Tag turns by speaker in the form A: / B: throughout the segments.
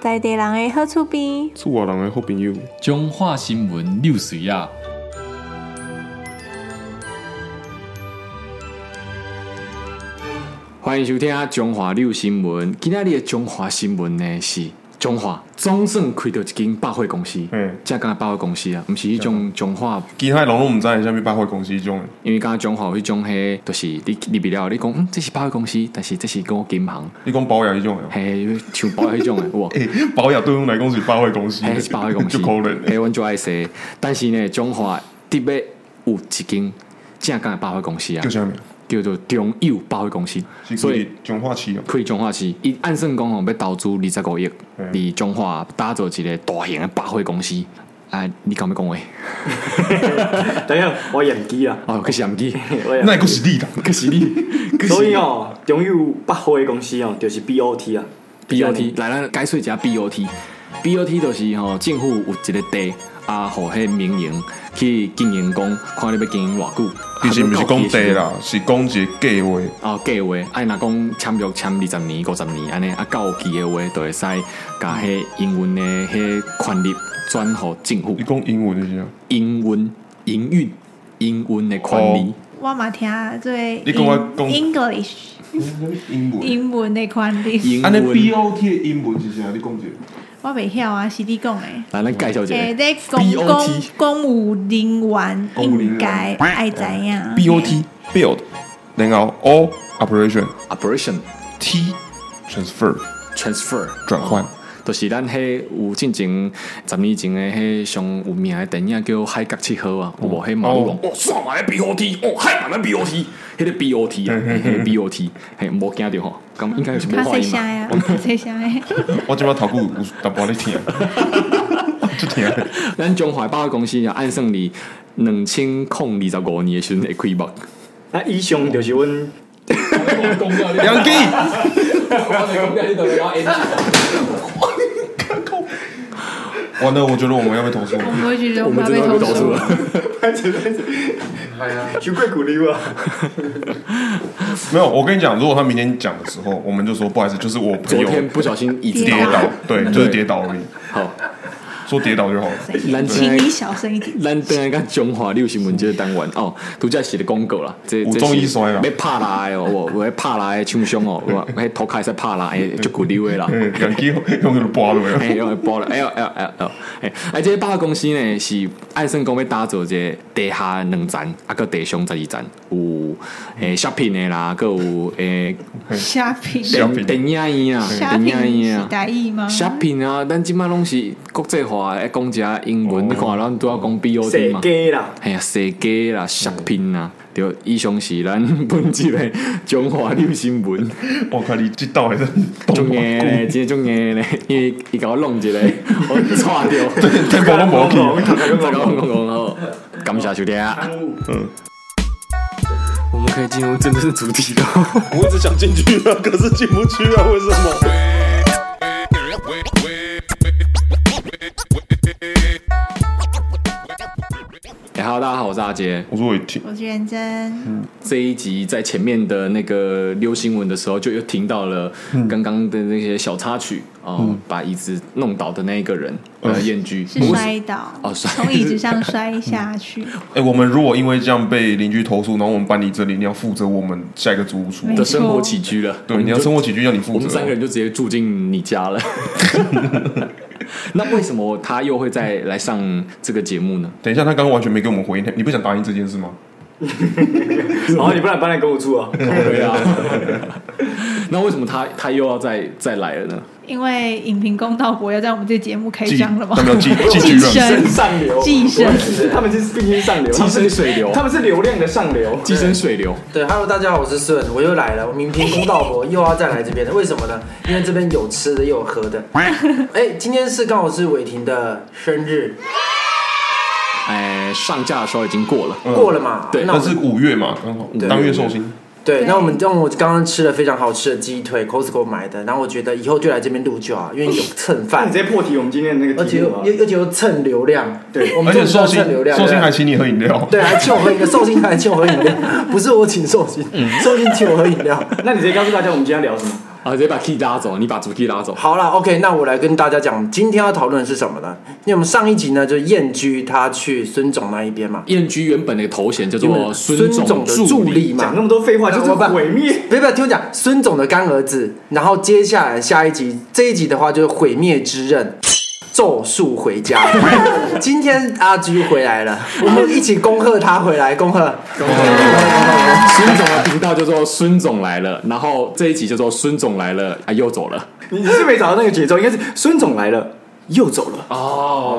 A: 在地人的好厝边，
B: 厝外人的好朋友，
C: 中华新闻六水啊，
D: 欢迎收听《中华六新闻》。今仔日的中华新闻呢是中华总算开到一间百货公司，
B: 嗯
D: 才敢若百货公司啊，毋是迄种中华，
B: 其他的人拢毋知道是啥物百货公司迄种的。
D: 因为敢若中华有迄种迄，就是你入不了，你讲嗯这是百货公司，但是这是五金行，
B: 你讲保养迄种的哦，
D: 嘿，像保迄种的，有无？
B: 诶、保养对阮来讲是百货公 司，
D: 哎嘿，是百货公 司，哎
B: 就可能
D: 嘿，
B: 的。
D: 阮就爱说，但是呢，中华特别有一间正港的百货公司啊
B: 叫，啥名？
D: 叫做中友百货公司，
B: 是
D: 所
B: 所
D: 以
B: 以彰化市哦，
D: 开中华市，伊按算讲吼要投资二十五亿，伫中华打造一个大型的百货公司。啊，你敢要讲话？
E: 等一下，我演技啊，
D: 哦，去相机，
E: 我演
B: 那个是你啦，
D: 可是你，可
E: 所
D: 是
E: 以
D: 你
E: 哦，中友百货的公司哦，就是 BOT 啊
D: BOT 来咱解说一下 BOT，BOT 就是吼政府有一个地啊，互迄民营去经营讲，看你要经营偌久。
B: 其实毋是讲
D: 地
B: 地。啦，是讲一个计划。
D: 哦，计划，哎，若讲签约签二十年、五十年安尼，啊，到期的话，就会使甲迄英文的迄权利转互政府
B: 你，讲英文的是啥？
D: 英文营运、英文的权利
B: 哦。
A: 我嘛听做
B: 你跟我讲
A: English
B: 英。
A: 英文的款的，
D: 英
B: 安尼
D: 文，
B: BOT 的英文是啥？你讲者。
A: 我袂晓啊，是你讲的。
D: 来，咱介绍一
A: 诶，
D: 下
A: 咧公公公务人员
B: 公务人
A: 应
B: 员
A: 该爱知影
B: BOT build，然后 O operation
D: operation
B: T transfer
D: transfer
B: 转换
D: 哦就是咱迄有进前十年前的迄上有名的电影叫《海角七号》啊，有无？迄马路龙哦，算嘛咧 BOT，哦，海嘛咧 BOT，迄个 BOT 啊，迄 BOT，嘿，无惊着吼，咁应该是无
A: 较
D: 反
A: 细
D: 应
A: 声
D: 嘛。
A: 呀，较细声诶。
B: 我即摆头骨有淡薄咧疼， 就疼。
D: 咱中华百货公司啊，按算哩两千零二十五年的时阵会开幕。
E: 那以上就是阮
B: 杨基，完了，我觉得我们要被投诉了。
A: 我觉得
D: 我
A: 我
D: 们
A: 们
D: 真的
A: 要
D: 要
A: 被
D: 被投
A: 投
D: 诉
A: 诉
D: 了。
E: 有贵鼓励我，
B: 没有，我跟你讲，如果他明天讲的时候，我们就说不好意思，就是我朋
D: 昨
B: 友
D: 天不小心椅子
B: 跌
A: 跌
B: 倒
A: 倒，
B: 对，就是跌倒而已，
D: 好，
B: 说跌倒就好了。
D: 咱
A: 请你小声一点。
D: 咱等下看中华六新闻这个单元哦，独家写的广告啦，这
B: 有
D: 这
B: 中医
D: 是
B: 衰啦
D: 要拍拉的哦，我我要拍拉的枪伤哦，我迄头壳会使拍拉 的，足骨溜的啦。
B: 嗯，杨基用个拔落来，
D: 哎，用包了，哎呦，哎呦，哎呦，哎，啊，这个百货公司呢是爱算讲要打造一个地下两层，啊个地上十二层，有诶 shopping 的啦，个有诶
A: 虾皮，
B: 小 Shopping
D: 电影院啊，
A: 虾
D: 电影
A: 皮
D: 院
A: 是
D: 啊。
A: 台语吗？
D: shopping 啊，咱即摆拢是国际化的，讲一下英文。你看，咱拄要讲 BOD
E: 设
D: 嘛，
E: 计啦，
D: 哎呀，设计啦，shopping 啦，对，以上是咱本集的中华六新闻，
B: 我看你这倒还是
D: 中个咧，真的中个咧，因为伊甲我弄一个， 我错掉，
B: 天波都无去。
D: 再甲 我讲讲好，感谢啊收听。
B: 嗯，
D: 我们可以进入真正的主题了。
B: 我一直想进去啊，可是进不去啊，为什么？
D: 哎，Hello，大家好，我是阿杰。
B: 我说我听，
A: 我是认真，
D: 这一集在前面的那个溜新闻的时候，就又听到了
B: 嗯
D: 刚刚的那些小插曲哦、把椅子弄倒的那一个人，呃，
B: 嗯
D: 燕居
A: 是摔倒
D: 哦，摔
A: 从椅子上摔下去，
B: 哎，我们如果因为这样被邻居投诉，然后我们搬离这里，你要负责我们下一个租屋处。
A: 没
D: 的
A: 错
D: 生活起居了。我
B: 对，
D: 们
B: 嗯你要
D: 就
B: 生活起居要你负
D: 我们
B: 责
D: 三个。人就直接住进你家了。那为什么他又会再来上这个节目呢？
B: 等一下，他刚刚完全没给我们回应，你不想答应这件事吗？
E: 然哦后你不然搬来跟我住啊，
D: 对啊， 那为什么他他又要再再来了呢？
A: 因为影评公道博要在我哎们这节目开张了吗
B: 他？们要寄寄居
A: 寄
B: 人。
A: 生
E: 真上流，
A: 寄生
E: 他们是毕竟上流，
D: 寄生水流
E: 他们是流量的上流，
D: 寄生水流，
F: 对，Hello，大家好，我是顺，我又来了，我明天公道 博又要再来这边了，为什么呢？因为这边有吃的，又有喝 的。哎，今天是刚好是伟霆的生日，
D: 哎，上架的时候已经过了。
B: 嗯
F: 过了嘛？
D: 对
F: 那我
B: 但
F: 们
B: 是五月嘛，刚好
D: 对
B: 当月寿星，
F: 对，
A: 对
F: 那我们让我刚刚吃了非常好吃的鸡腿，Costco 买的，然后我觉得以后就来这边录就好，因为有蹭
E: 那
F: 饭
B: 嗯
E: 你直，接破题我们今天的那个
F: 而且
E: 题目啊
F: 又，又而且又蹭流量，对，我
B: 而
F: 们
B: 且
F: 就是
B: 寿
F: 要
B: 星
F: 蹭流量，
B: 寿星
F: 对
B: 还请你喝饮料，
F: 对，还请我喝 饮料，寿星
B: 嗯
F: 还请我喝饮料，不是我请寿星，寿星请我喝饮料。
E: 那你直接告诉大家我们今天要聊什么？
D: 啊，直接把 key 拉走，你把主 key 拉走。
F: 好啦 o、k 那我来跟大家讲，今天要讨论的是什么呢？因为我们上一集呢，就燕居他去孙总那一边嘛，
D: 燕居 E 原本的头衔叫做
F: 孙
D: 啊总
F: 总的助
D: 理，
F: 理嘛
E: 讲那，么多废话
F: 那
E: 就是
F: 我把
E: 毁灭。
F: 别别听我讲，孙总的干儿子，然后接下来下一集这一集的话就是毁灭之刃。咒术回家，今天阿居回来了，我们一起恭贺他回来，恭贺。
D: 孙总的频道叫做孙总来了，然后这一集叫做孙总来了，啊又走了。
E: 你你是没找到那个节奏，应该是孙总来了又走了。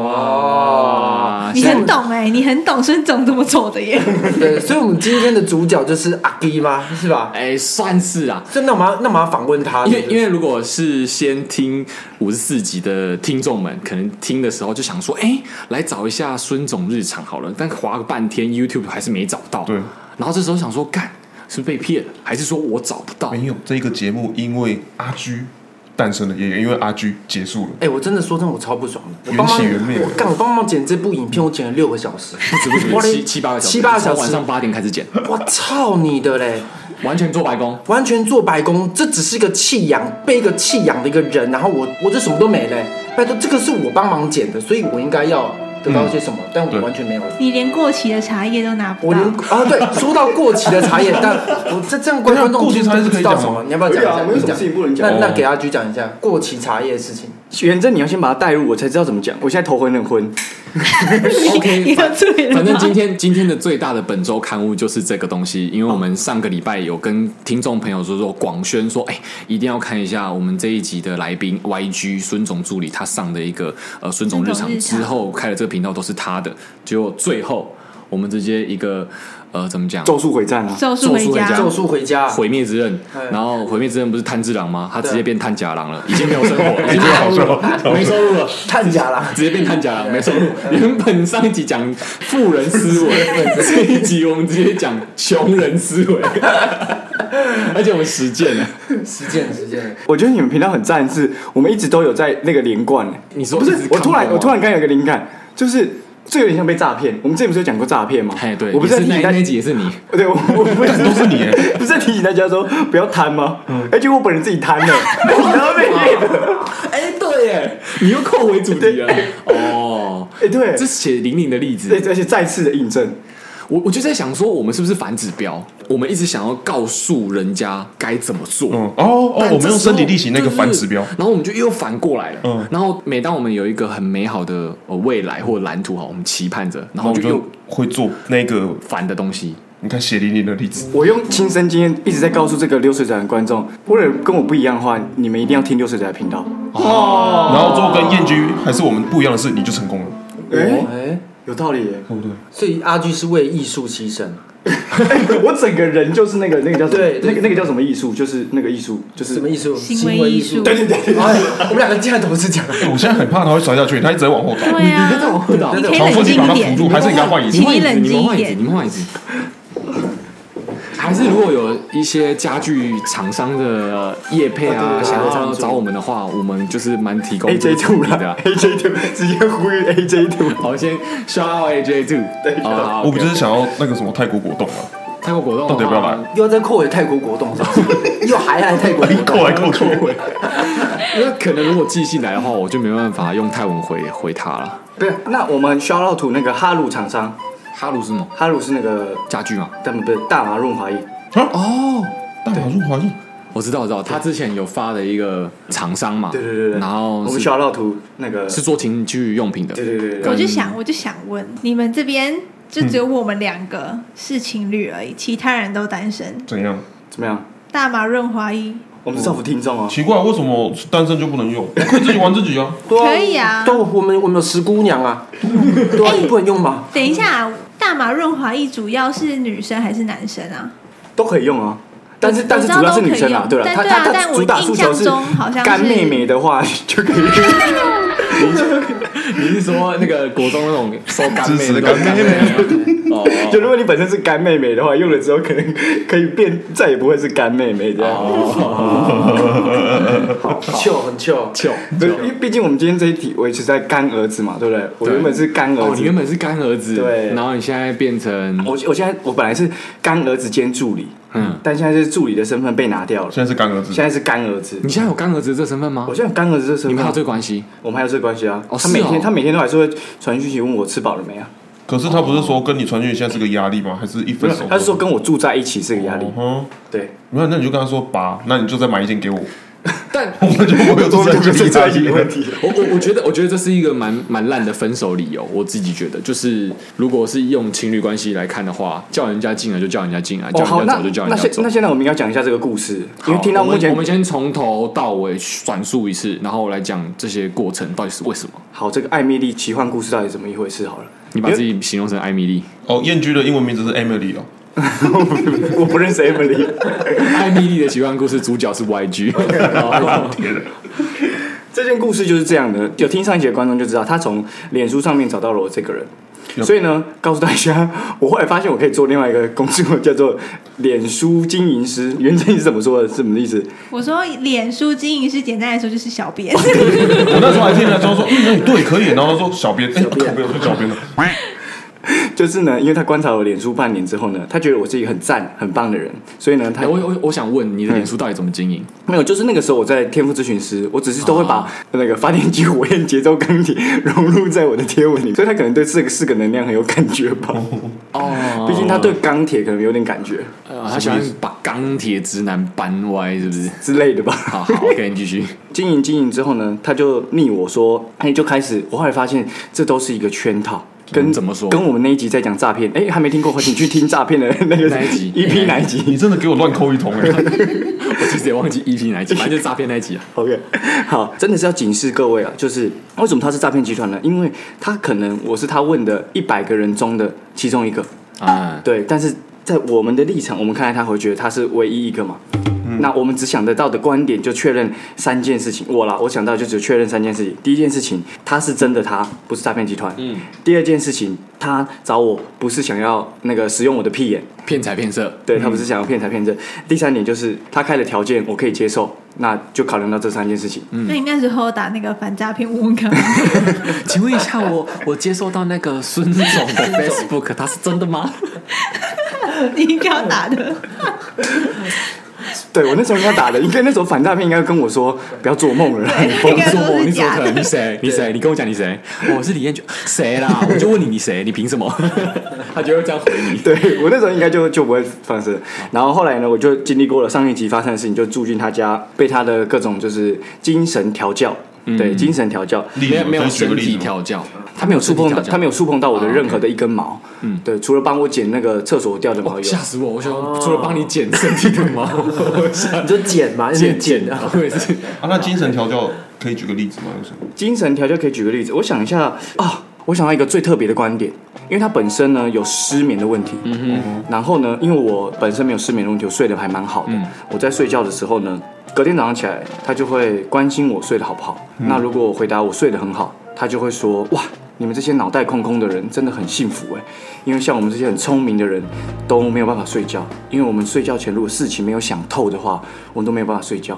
D: 哦，
A: 你很懂哎、你很懂孙总怎么走的耶。
F: 对，所以我们今天的主角就是阿基吗？是吧？
D: 哎，算是啊。
F: 所以那我们要那我们要访问他，
D: 因为
F: 对不对
D: 因为如果是先听五十四集的听众们，可能听的时候就想说，哎、来找一下孙总日常好了，但划个半天 YouTube 还是没找到。
B: 对，
D: 然后这时候想说，干是不是被骗了，还是说我找不到？
B: 没有这个节目，因为阿居诞生了，也因为阿居结束了。
F: 哎、我真的说真的，我超不爽的。
B: 缘
F: 我帮忙
B: 起缘灭
F: 我干，我帮忙剪这部影片，我剪了六个小 时，
D: 不止不
F: 我
D: 止
F: 嘞
D: 七七八个小时，
F: 七八个小
D: 从晚
F: 时
D: 上，八点开始剪，
F: 我操你的嘞！
D: 完全做白工。
F: 完全做白工，这只是一个弃养，被一个弃养的一个人，然后我我就什么都没嘞、拜托，这个是我帮忙捡的，所以我应该要得到一些什么，但我
B: 嗯对
F: 完全没有。
A: 你连过期的茶叶都拿不
F: 我
A: 到
F: 连，啊，对，说到过期的茶叶，但我这这 样观观众
B: 啊过期茶叶
F: 就是不
B: 可
F: 知
B: 以
F: 道
B: 讲
F: 什
B: 吗
F: 么，你要不要讲一
E: 可以
F: 下？
E: 啊没有什么
F: 你讲
E: 事情不能讲
F: 那那
B: 哦
F: 给阿菊讲一下过期茶叶的事情。
E: 原正你要先把它带入，我才知道怎么讲。我现在头昏很昏。
A: 你
D: OK，
A: 喝醉了吗
D: 反正今天今天的最大的本周刊物就是这个东西，因为我们上个礼拜有跟听众朋友说说广宣说，哎、一定要看一下我们这一集的来宾 YG 孙总助理他上的一个呃孙总日
A: 孙
D: 常
A: 总日常
D: 之后开了这个频道都是他的，结果最后我们直接一个呃怎么讲？
E: 咒术回战啊，
A: 咒术回
D: 咒术回
A: 家
D: 家，
F: 咒术回家，
D: 毁灭之刃
F: 哎，
D: 然后毁灭之刃不是炭治郎吗？他直接
F: 对
D: 变炭甲郎了，已经没有生活，已经没有收入了，没收入了。
F: 探家啦。
D: 直接变探假了，没 收入。原本上一集讲富人思 维，这一集我们直接讲穷人思维， 而且我们实践了。
F: 实践实践，
E: 我觉得你们频道很赞，是我们一直都有在那个连贯。
D: 你说
E: 不
D: 一
E: 是
D: 直？
E: 我
D: 看
E: 突然
D: 吗
E: 我突然刚有一个灵感，就是这有点像被诈骗。我们之前不是有讲过诈骗吗？
D: 哎，对，
E: 我不
D: 也
E: 是在
D: 是
E: 提
D: 那
E: 醒
D: 那
E: 大
D: 一
E: 家，
D: 集也是你，
E: 对， 我我不是
B: 都是你耶，
E: 不是在提醒大家说不要贪吗？
D: 嗯
E: 而且我本人自己贪 了，然后被骗的。
D: 哎，对耶，你又扣回主 题了。哦，
E: 哎，对
D: 这，是血淋淋的例子。
E: 对，而且再次的印证，
D: 我我就在想说，我们是不是反指标？我们一直想要告诉人家该怎么做。
B: 嗯，哦哦
D: 但，
B: 我们用
D: 这时候
B: 身体力行那个
D: 就是
B: 反指标，
D: 然后我们就又反过来了。
B: 嗯
D: 然后每当我们有一个很美好的呃未来或蓝图哈，我们期盼着，然
B: 然后
D: 后
B: 我
D: 就
B: 就
D: 又
B: 会做那个，
D: 反的东西。
B: 你看血淋淋的例子，
E: 我用亲身经验一直在告诉这个流水仔的观众，或者跟我不一样的话，你们一定要听流水仔的频道。
D: 哦
F: 哦
B: 然后最后跟燕居还是我们不一样的是，你就成功了，
E: 哎，
F: 哎，
E: 有道理耶！
B: 对不对？
F: 所以阿居是为艺术牺牲，
E: 我整个人就是那个那个叫什么
F: 对？对
E: 那个那个叫什么艺术？就是那个艺术，就是
F: 什么艺术？
A: 行为艺术，
E: 对对对，
F: 哎，我们两个竟然同时讲。
B: 哎我现在很怕他会摔下去，他一直在往后倒，
A: 对啊，
D: 不懂
A: 你
D: 你
A: 可以
B: 好，
A: 冷
B: 说你
A: 静
B: 把
A: 一
B: 他扶住，
A: 点，
B: 还是你给他换椅子
A: 请？你
D: 换椅
A: 冷
D: 子，你
A: 静一
D: 们换椅子，
A: 点
D: 你们换椅子。还是如果有一些家具厂商的业配啊，
E: 对对对
D: 想
E: 对
D: 要
E: 对
D: 找我们的话，我们就是蛮提供
E: AJ Two
D: 的
E: 啦
D: 啊。
E: ，AJ Two 直接呼吁 AJ Two。
D: 好，先 shout out AJ Two。对，好，
B: 我们就是想要那个什么泰国果冻啊，
D: 泰国果冻
B: 到底要不要
D: 来？
B: 来？
F: 又要再扣回泰国国栋是不是，又还来泰国国
B: 扣
F: 栋，
B: 来扣去，
D: 因为可能如果寄信来的话，我就没办法用泰文回回他了。
E: 不是，那我们 shout out to 那个哈鲁厂商，
D: 哈鲁是什么？
E: 哈鲁是那个
D: 家具吗？
E: 他们不是大麻润滑液，
D: 哦，
B: 大马入华裔，
D: 我知道，我知道，他之前有发的一个厂商嘛，
E: 对对对对，
D: 然后
E: 我们
D: 是
E: shout out to 那个
D: 是做情趣用品的，
E: 对对对对
A: 我
E: 对，
A: 就想，我就想问，你们这边就只有我们两个是情侣而已，其他人都单身。
B: 怎样？
E: 怎么样？
A: 大马润滑一
E: 我们是造福听众啊，
A: 嗯
B: 奇怪，为什么单身就不能用？ 我可以自己玩自己啊。
F: 对
A: 可以啊
F: 对，我们我们有石姑娘啊，对啊，你不能用吗？
A: 等一下，大马润滑液主要是女生还是男生啊？
E: 都可以用啊。但是
A: 我
E: 但是
A: 知道
E: 主要
A: 都
E: 是
A: 可
E: 女
A: 以
E: 生啊，
A: 用
E: 对了，
A: 但
E: 她
A: 对啊
E: 她
A: 但
E: 她
A: 我
E: 主打
A: 印
E: 诉
A: 象
E: 求是
A: 中好像
E: 干
A: 是
E: 妹妹的话就可以用，
D: 你是说那个国中那种收干妹
B: 支持
D: 的
B: 干妹
D: 妹？
A: 哦
E: 就如果你本身是干妹妹的话，用了之后可能可以变，再也不会是干妹妹这样。
A: 哦
F: 糗很糗，
D: 就
E: 对，因为毕竟我们今天这一题，我也是在干儿子嘛，对不对？我原本是干
D: 哦
E: 儿，
D: 你
E: 子
D: 原，本是干儿子，
E: 对
D: 然后你现在变成
E: 我我现在我本来是干儿子兼助理，
D: 嗯，
E: 但现在是助理的身份被拿掉了，
B: 现在是干儿子，
E: 现在是干儿子
D: 你。现在有干儿子这身份吗
E: 我？现在有干儿子这身份，
D: 你们还有这个关系？
E: 我们还有这个关系啊。
D: 哦
E: 他每
D: 是哦
E: 天他每天都还是会传讯息问我吃饱了没啊？
B: 可是他不是说跟你传讯现在是个压力吗？还是一
E: 不
B: 分手
E: 是，？他是说跟我住在一起是个压
D: 哦
E: 力。
B: 嗯，
E: 对，
B: 没有，那你就跟他说爸，那你就再买一件给 我，
D: 但
B: 我们就不会有这
E: 这
B: 种
E: 是
B: 压
E: 在一
B: 力
E: 起的
B: 了
E: 问。题。
D: 我我我觉得，我觉得这是一个蛮蛮烂的分手理由。我自己觉得，就是如果是用情侣关系来看的话，叫人家进来就叫人家进来，
E: 哦，
D: 叫
E: 好，
D: 人家
E: 那
D: 走就叫
E: 那
D: 人家
E: 现
D: 走
E: 那。现在我们应该讲一下这个故事，
D: 好
E: 因为听到目
D: 我
E: 前
D: 们我们先从头到尾转述一次，然后来讲这些过程到底是为什么。
E: 好这个艾米丽奇幻故事到底怎么一回事好了。
D: 你把自己形容成艾米丽，
B: 哦，燕居的英文名字是 Emily 哦，
E: 我不认识 Emily，
D: 艾米丽的奇幻故事主角是 YG，
E: 这件故事就是这样的。有听上一集的观众就知道，他从脸书上面找到了我这个人。所以呢，告诉大家， 我后来发现我可以做另外一个工作，叫做脸书经营师。原正是怎么说的？是什么意思？
A: 我说脸书经营是简单来说就是小编，
B: 我那时候还听人家 说，嗯，那你对可以，然后他说小编，哎，靠没有，是小编的，
E: 就是呢，因为他观察我脸书半年之后呢，他觉得我是一个很赞、很棒的人，所以呢，他
D: 哎我我我想问
E: 嗯
D: 你的脸书到底怎么经营？
E: 没有，就是那个时候我在天赋咨询师，我只是都会把那个发电机火焰节奏钢铁融入在我的贴文里，所以他可能对四个四个能量很有感觉吧。
D: 哦
E: 毕竟他对钢铁可能有点感觉
D: 呃他喜欢把钢铁直男搬歪，是不是？
E: 之类的吧。
D: 好 好，OK，你继续。
E: 经营经营之后呢，他就密我说，哎，就开始，我后来发现这都是一个圈套。跟
D: 嗯怎么说
E: 跟我们那一集在讲诈骗， 哎，还没听过，请去听诈骗的 那个
D: 哪一集
E: EP 哪一
B: 你
E: 集
B: 真的给我乱扣一通哎，
D: 我其实也忘记 EP 哪一集，反正就是诈骗那一集啊。
E: ？OK，好，真的是要警示各位啊，就是为什么他是诈骗集团呢？因为他可能我是他问的一百个人中的其中一个，
D: 啊，
E: 对，但是在我们的立场，我们看待他会觉得他是唯一一个嘛。那我们只想得到的观点就确认三件事情，我啦，我想到就只确认三件事情。第一件事情，他是真的他，不是诈骗集团。嗯。第二件事情，他找我不是想要那个使用我的屁眼，
D: 骗财骗色，
E: 对他不是想要骗财骗色。第三点就是他开的条件我可以接受，那就考量到这三件事情。
A: 那你那时候打那个反诈骗问问看，
D: 请问一下我，我接受到那个孙 总的 Facebook，他是真的吗？
A: 你应该要打的。
E: 对我那时候应该打的，应该那时候反诈骗应该跟我说不要做梦了啦，你疯
A: 应该
D: 说
A: 都
D: 我，
A: 是
D: 你怎么
A: 假
D: 可
A: 的
D: 能？你谁？你谁？你跟我讲你谁？我是李彦炯，谁啦？我就问你你谁？你凭什么？ 他就会这样回你。
E: 对我那时候应该就就不会放生。然后后来呢，我就经历过了上一集发生的事情，就住进他家，被他的各种就是精神调教，
D: 嗯
E: 对精神调教。
B: 例
D: 没有
B: 如
D: 没有
B: 再举个
D: 身
B: 例
D: 体
B: 子嘛，
D: 调教，
E: 他没有触碰到，他没
D: 有
E: 有触碰到我的
D: 啊
E: 任何的一根毛。嗯，对，除了帮我剪那个厕所掉的毛以
D: 哦吓
E: 外，
D: 死我！我想除了帮你剪身体的毛，我想
F: 你就剪嘛，
D: 剪
F: 剪
D: 剪
F: 的
D: 的，，我也是。
B: 啊，那精神调教可以举个例子吗？有什么？
E: 精神调教可以举个例子，我想一下啊、我想到一个最特别的观点，因为他本身呢有失眠的问题。嗯哼，嗯然后呢，因为我本身没有失眠的问题，我睡得还蛮好的。我在睡觉的时候呢，隔天早上起来，他就会关心我睡得好不好。那如果我回答我睡得很好，他就会说哇。你们这些脑袋空空的人真的很幸福哎，因为像我们这些很聪明的人都没有办法睡觉，因为我们睡觉前如果事情没有想透的话，我们都没有办法睡觉。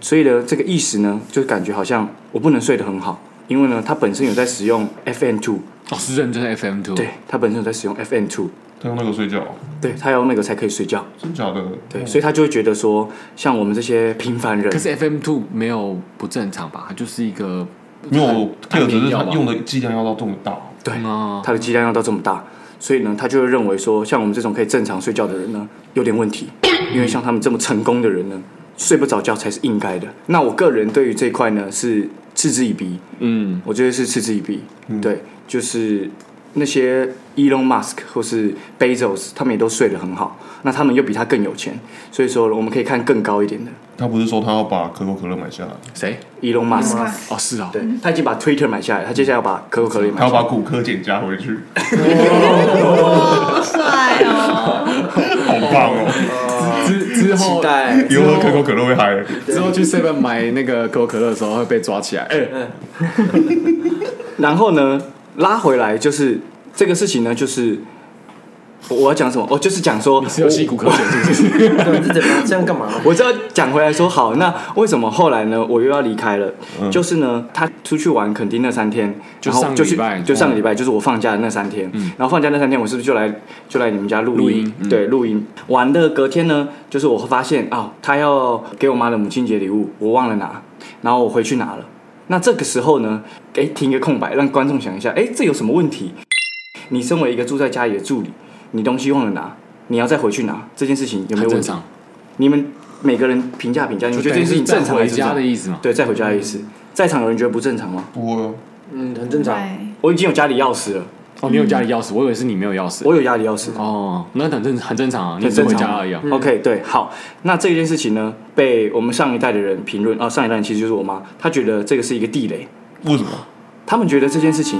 E: 所以呢，这个意识呢，就感觉好像我不能睡得很好，因为呢，他本身有在使用 FN two，
D: 哦，是认真的 FM two，
E: 对，他本身有在使用 FN two，
B: 他用那个睡觉，哦
E: 对他要那个才可以睡觉，
B: 真假的？
E: 对，所以他就会觉得说，像我们这些平凡人
D: 嗯可，是 FM two 没有不正常吧？它就是一个
B: 没有，第二只是他用
D: 的
B: 的剂量要到这么大，
E: 对，
D: 啊，
E: 他的剂量要到这么大，所以呢，他就会认为说，像我们这种可以正常睡觉的人呢，有点问题，因为像他们这么成功的人呢，睡不着觉才是应该的。那我个人对于这一块呢，是嗤之以鼻，
D: 嗯，
E: 我觉得是嗤之以鼻。对，就是那些 Elon Musk 或是 Bezos，他们也都睡得很好，那他们又比他更有钱，所以说我们可以看更高一点的
B: 他不是说他要把可口可乐买下来，
D: 谁？
E: Elon Musk。
D: 哦，是啊，
E: 对，他已经把 Twitter 买下来，他接下来要把可口可乐也买
B: 他
E: 下
B: 要
E: 来
B: 把。骨科碱加回去，
A: 好帅哦！
B: 好棒哦！
D: 之之后
F: 期待
B: 以后喝可口可乐会嗨，
D: 之后去 Seven 买那个可口可乐的时候会被抓起来。哎，
E: 然后呢，拉回来就是这个事情呢，就是我我要讲什么？哦，就是讲说，
D: 是有吸骨科学是不是？
F: 对是怎么样？这样干嘛？
E: 我知道讲回来说好，那为什么后来呢？我又要离开了，就是呢，他出去玩垦丁那三天，
D: 嗯就
E: 然后
D: 上个
E: 就去
D: 礼拜嗯
E: 就上个礼拜就是我放假的那三天，然后放假那三天，我是不是就来就来你们家录音？
D: 录音嗯
E: 对，录音玩的隔天呢，就是我发现啊、他要给我妈的母亲节礼物，我忘了拿，然后我回去拿了。那这个时候呢，哎，停一个空白，让观众想一下，哎，这有什么问题？你身为一个住在家里的助理，你东西忘了拿，你要再回去拿，这件事情有没
D: 很
E: 有问
D: 正
E: 题？
D: 常，
E: 你们每个人评价评价，你们觉得这件事情正常还
D: 回
E: 是不
D: 家
E: 正常
D: 的意思嘛？
E: 对，再回家的意思。在场有人觉得不正常吗？
B: 不会哦，
F: 嗯，很正
A: 对
F: 常。，
E: 我已经有家里钥匙了，
D: 哦，你有家里钥匙，我以为是你没有钥匙。
E: 我有家里钥匙。
D: 哦，那很正很正常啊，你
E: 很
D: 只是
E: 正
D: 回
E: 常
D: 家
E: 嘛
D: 而已啊。
E: OK，对，好，那这件事情呢，被我们上一代的人评论啊，上一代其实就是我妈，她觉得这个是一个地雷，
B: 为什么？
E: 他们觉得这件事情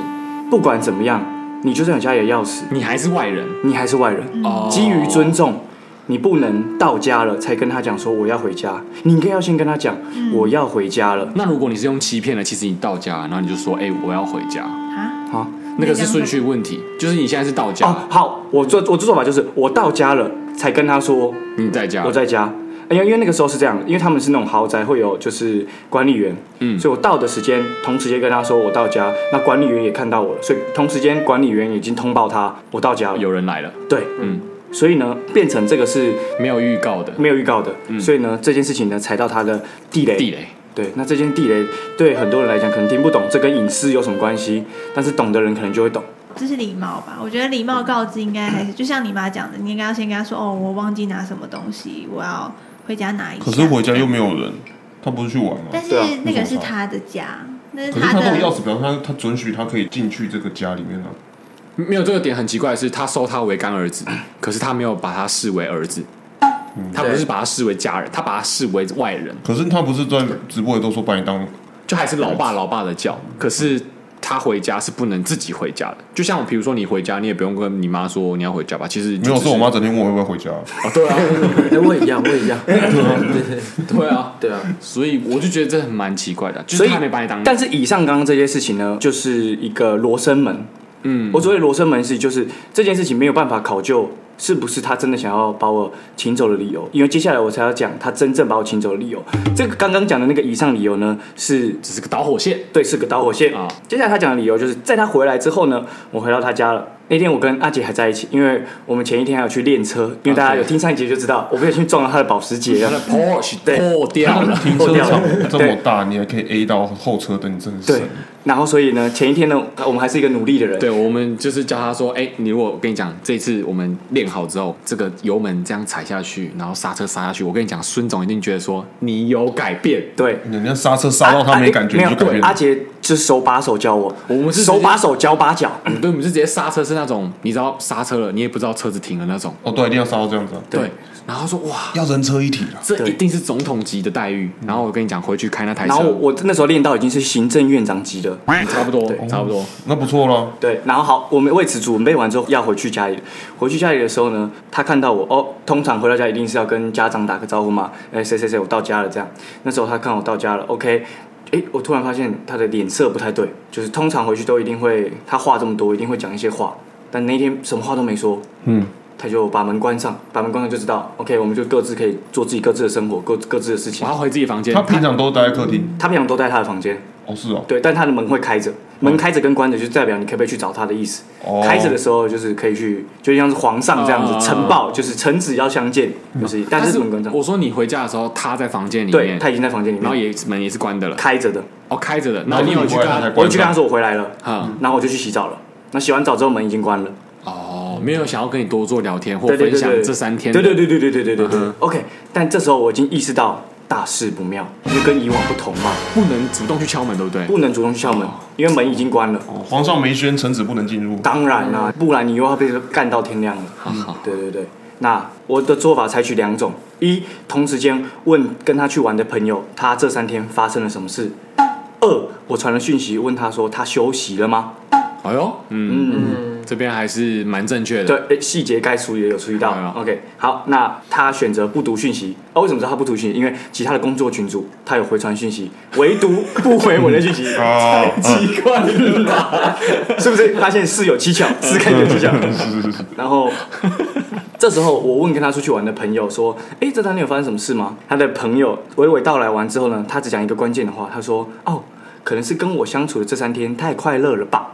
E: 不管怎么样，你就算有家里的钥匙，
D: 你还是外人，
E: 你还是外人。
D: 哦
E: 基于尊重，你不能到家了才跟他讲说我要回家，你应该要先跟他讲我要回家了。
D: 那如果你是用欺骗的，其实你到家，然后你就说：“哎、我要回家。
A: 啊，
E: 好，”
D: 那个是顺序问题，就是你现在是到家，
E: 哦，好，我做我做法就是我到家了才跟他说
D: 你在家，
E: 我在家，哎因为因为那个时候是这样，因为他们是那种豪宅会有就是管理员，嗯，所以我到的时间同时间跟他说我到家，那管理员也看到我了，所以同时间管理员已经通报他我到家了，
D: 有人来了，
E: 对，
D: 嗯，
E: 所以呢变成这个是
D: 没有预告的
E: 没有预告的，所以呢这件事情呢踩到他的地雷，
D: 地雷。
E: 对，那这件地雷对很多人来讲可能听不懂，这跟隐私有什么关系？但是懂的人可能就会懂。
A: 这是礼貌吧？我觉得礼貌告知应该还是就像你妈讲的，你应该要先跟她说哦，我忘记拿什么东西，我要回家拿一下。
B: 可是回家又没有人，他不是去玩吗？
A: 但是
E: 对啊
A: 那个是他的家，那是
B: 可是
A: 他
B: 他那
A: 的
B: 个钥匙表示他他准许他可以进去这个家里面啊。
D: 没有这个点很奇怪的是，他收他为干儿子，可是他没有把他视为儿子，
E: 嗯
D: 他不是把他视为家人，他把他视为外人，
B: 可是他不是在直播也都说把你当
D: 就还是老爸老爸的叫，
E: 嗯
D: 可是。他回家是不能自己回家的，就像比如说你回家，你也不用跟你妈说你要回家吧。其实
B: 没
D: 就
B: 有
D: 只是
B: 说我妈整天问我要不要回家，
D: 哦，对啊，
F: 哎，我也一样，我也一样。
D: 对啊，
F: 对啊，
D: 所以我就觉得这很蛮奇怪的，啊就
E: 所
D: 是
E: 以
D: 他还没把你当
E: 但是以上刚刚这些事情呢，就是一个罗生门。嗯，我所谓罗生门是就是这件事情没有办法考究是不是他真的想要把我请走的理由，因为接下来我才要讲他真正把我请走的理由。这个刚刚讲的那个以上理由呢，是
D: 只是个导火线。
E: 对，是个导火线
D: 啊
E: 接下来他讲的理由就是，在他回来之后呢，我回到他家了。那天我跟阿杰还在一起，因为我们前一天还有去练车，因为大家有听上一集就知道，我不小心撞到他的保时捷
D: 他
E: 了
D: 的。Porsche
E: 对
D: 破掉了，
B: 停
E: 破
B: 车
E: 掉了
B: 场这么
E: 对
B: 大，你还可以 A 到后车灯，你真的是
E: 对
B: 神。，
E: 然后所以呢，前一天呢，我们还是一个努力的人。
D: 对我们就是教他说，哎、你如果我跟你讲，这一次我们练好之后，这个油门这样踩下去，然后刹车刹下去，我跟你讲，孙总一定觉得说你有改变。
E: 对，
B: 人家刹车刹到他没感觉，
E: 啊
B: 你
E: 没有
B: 就改
E: 对，
B: 变
E: 阿
B: 了。
E: 杰就是手把手教我，
D: 我们是直接嗯
E: 手把手教把脚。
D: 对，我们是直接刹车是那种，你知道刹车了，你也不知道车子停了那种。
B: 哦，对，一定要刹到这样子啊，
D: 对，然后他说哇，
B: 要人车一体啊了。
D: 这
E: 对
D: 一定是总统级的待遇。然后我跟你讲，回去开那台
E: 然后
D: 车，哎
E: 我那时候练到已经是行政院长级的，
D: 差不多，差不多。
B: 那不错了，
E: 对，然后好，我们为此准备完之后要回去家里。回去家里的时候呢，他看到我哦，通常回到家一定是要跟家长打个招呼嘛，哎，谁谁谁，我到家了这样。那时候他看我到家了，OK，哎，我突然发现他的脸色不太对，就是通常回去都一定会，他话这么多，一定会讲一些话，但那天什么话都没说，
B: 嗯，
E: 他就把门关上，把门关上就知道，OK，我们就各自可以做自己各自的生活，各各自的事情
D: 我。要回自己房间。
B: 他平常都待在客厅，
E: 他平常都在他的房间，
B: 哦是哦，
E: 对，但他的门会开着，门开着跟关着就代表你可不可以去找他的意思。
B: 哦
E: 开着的时候就是可以去，就像是皇上这样子，
D: 哦
E: 呈报就是臣子要相见，就是但
D: 但
E: 是
D: 是
E: 门关着，
D: 我说你回家的时候，他在房间里
E: 对
D: 面
E: 他，已经在房间里
D: 然后
E: 面
D: 也门也是关的了，
E: 开着的，
D: 哦开着的。然
B: 然
D: 后
B: 后
D: 你有去
B: 回
D: 跟
B: 来他才
D: 他，
E: 我
B: 关
E: 就去跟他
B: 上。
E: 说我回来了，
D: 嗯，
E: 然后我就去洗澡了。那洗完澡之后门已经关了，
D: 哦，没有想要跟你多做聊天或
E: 对对
D: 分
E: 对
D: 享
E: 对，
D: 这三天的
E: 对对对对对对对对对
D: 嗯哼
E: ，OK。但这时候我已经意识到大事不妙，因为跟以往不同嘛，
D: 不能主动去敲门，对不对？
E: 不能主动去敲门，因为门已经关了。
B: 皇上没宣，臣子不能进入。
E: 当然啦、不然你又要被干到天亮了。嗯
D: 好好，
E: 对对对，那我的做法采取两种：一，同时间问跟他去玩的朋友，他这三天发生了什么事；二，我传了讯息问他说他休息了吗？
D: 哎呦，嗯，
E: 嗯，
F: 嗯，
D: 这边还是蛮正确的。
E: 对，诶细节该处理的有处理到
D: 当然了。
E: OK，好，那他选择不读讯息。哦，为什么知道他不读讯息？因为其他的工作群组他有回传讯息，唯独不回我的讯息，
B: 哦
E: 太奇怪了吧？是不是？发现事有蹊跷，事看有蹊跷。
B: 是是是，
E: 然 后这时候我问跟他出去玩的朋友说：“哎，这三天有发生什么事吗？”他的朋友娓娓道来完之后呢，他只讲一个关键的话，他说：“哦，可能是跟我相处的这三天太快乐了吧。”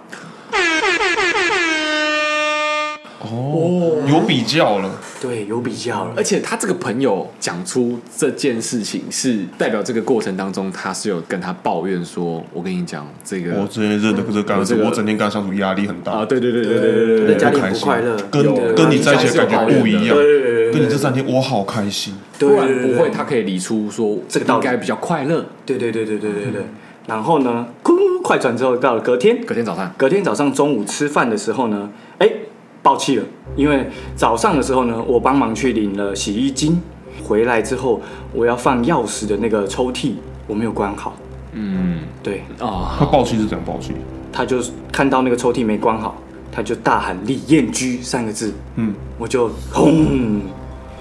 B: 有比较了，
E: 对，有比较了
D: 而。且他这个朋友讲出这件事情，是代表这个过程当中，他是有跟他抱怨说：“我跟你讲，这个
B: 我最近认这个
D: 我
B: 干
D: 这
B: 事，
D: 个
B: 我整天跟他相处压力很
D: 啊，
B: 大，
D: 对对对对对对对
E: 对
D: 对，
E: 家里
B: 开心
E: 不快乐
B: 跟
E: 有
B: 跟你在一起的感觉不一样，
E: 对对对对
B: 跟你这三天我好开心，
E: 对
D: 不然不会，他可以理出说
E: 这个道理
D: 应该比较快乐。
E: 对对对对对对对。然后呢，咕快转之后到了隔天，
D: 隔天早上，
E: 隔天早上中午吃饭的时候呢，哎，爆气了，因为早上的时候呢，我帮忙去领了洗衣精，回来之后我要放钥匙的那个抽屉，我没有关好，
D: 嗯
E: 对，
D: 啊，
B: 他暴气是怎样暴气？
E: 他就看到那个抽屉没关好，他就大喊“李彦居”三个字，
B: 嗯，
E: 我就轰，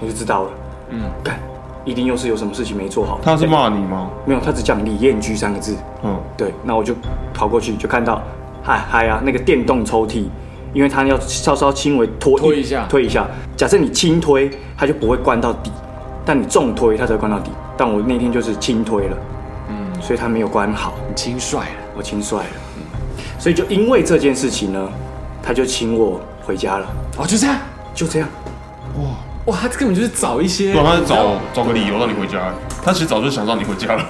E: 我就知道了，
D: 嗯，
E: 干，一定又是有什么事情没做好，
B: 他是骂你吗？
E: 没有，他只讲“李彦居”三个字，
B: 嗯，
E: 对，那我就跑过去就看到，嗨嗨啊，那个电动抽屉，因为它要稍稍轻微拖
D: 推一下
E: 推一下。假设你轻推，它就不会关到底；但你重推，它才会关到底。但我那天就是轻推了，嗯，所以它没有关好，
D: 很轻率了。
E: 我轻率了，所以就因为这件事情呢，他就请我回家了，
D: 哦，就这样。
E: 就这样。
D: 哇，他根本就是找一些，
B: 不然他是找找个理由让你回家，欸他其实早就想让你回 家了。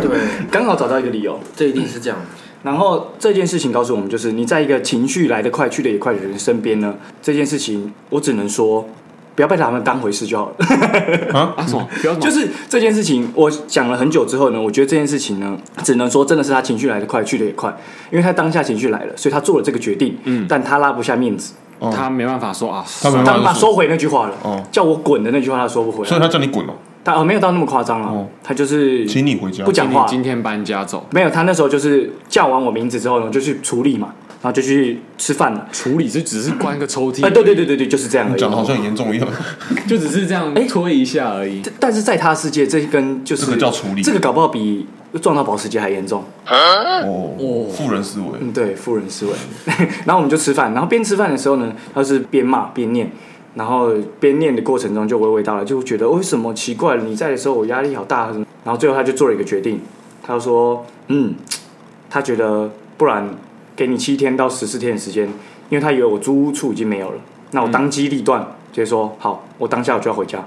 F: 对，
E: 刚好找到一个理由，
F: 这一定是这样。
E: 然后这件事情告诉我们，就是你在一个情绪来得快去得也快的人身边呢，这件事情我只能说，不要被他们当回事就好了。
B: 嗯
D: 啊什么，不要什么
E: 嗯就是这件事情，我想了很久之后呢，我觉得这件事情呢，只能说真的是他情绪来得快去得也快，因为他当下情绪来了，所以他做了这个决定，嗯，但他拉不下面子，
B: 哦
D: 他没办法说啊，
B: 他没办法
E: 他他收回那句话了，
B: 哦
E: 叫我滚的那句话他说不回
B: 所以
E: 来，
B: 他叫你滚了，
E: 他哦没有到那么夸张了，
B: 哦
E: 他就是
B: 请你回家。
E: 不讲话
D: 你今天搬家走，
E: 没有，他那时候就是叫完我名字之后呢，我就去处理嘛，然后就去吃饭了。
D: 处理就只是关个抽屉，
E: 哎，对对，对对对，就是这样而已。
B: 讲的好像很严重一样，
D: 就只是这样
E: 哎
D: 推一下而已。
E: 但但是在他世界，这一根就是
B: 这个叫处理
E: 这个搞不好比撞到保时捷还严重。
B: 哦，富人思维，
E: 嗯，对，富人思维。 然后我们就吃饭，然后边吃饭的时候呢，他是边骂边念，然后边念的过程中就娓娓道来，就觉得为什么奇怪，你在的时候我压力好大，然后最后他就做了一个决定，他说，嗯，他觉得不然给你七天到十四天的时间，因为他以为我租屋处已经没有了，那我当机立断，直接说好，我当下我就要回家，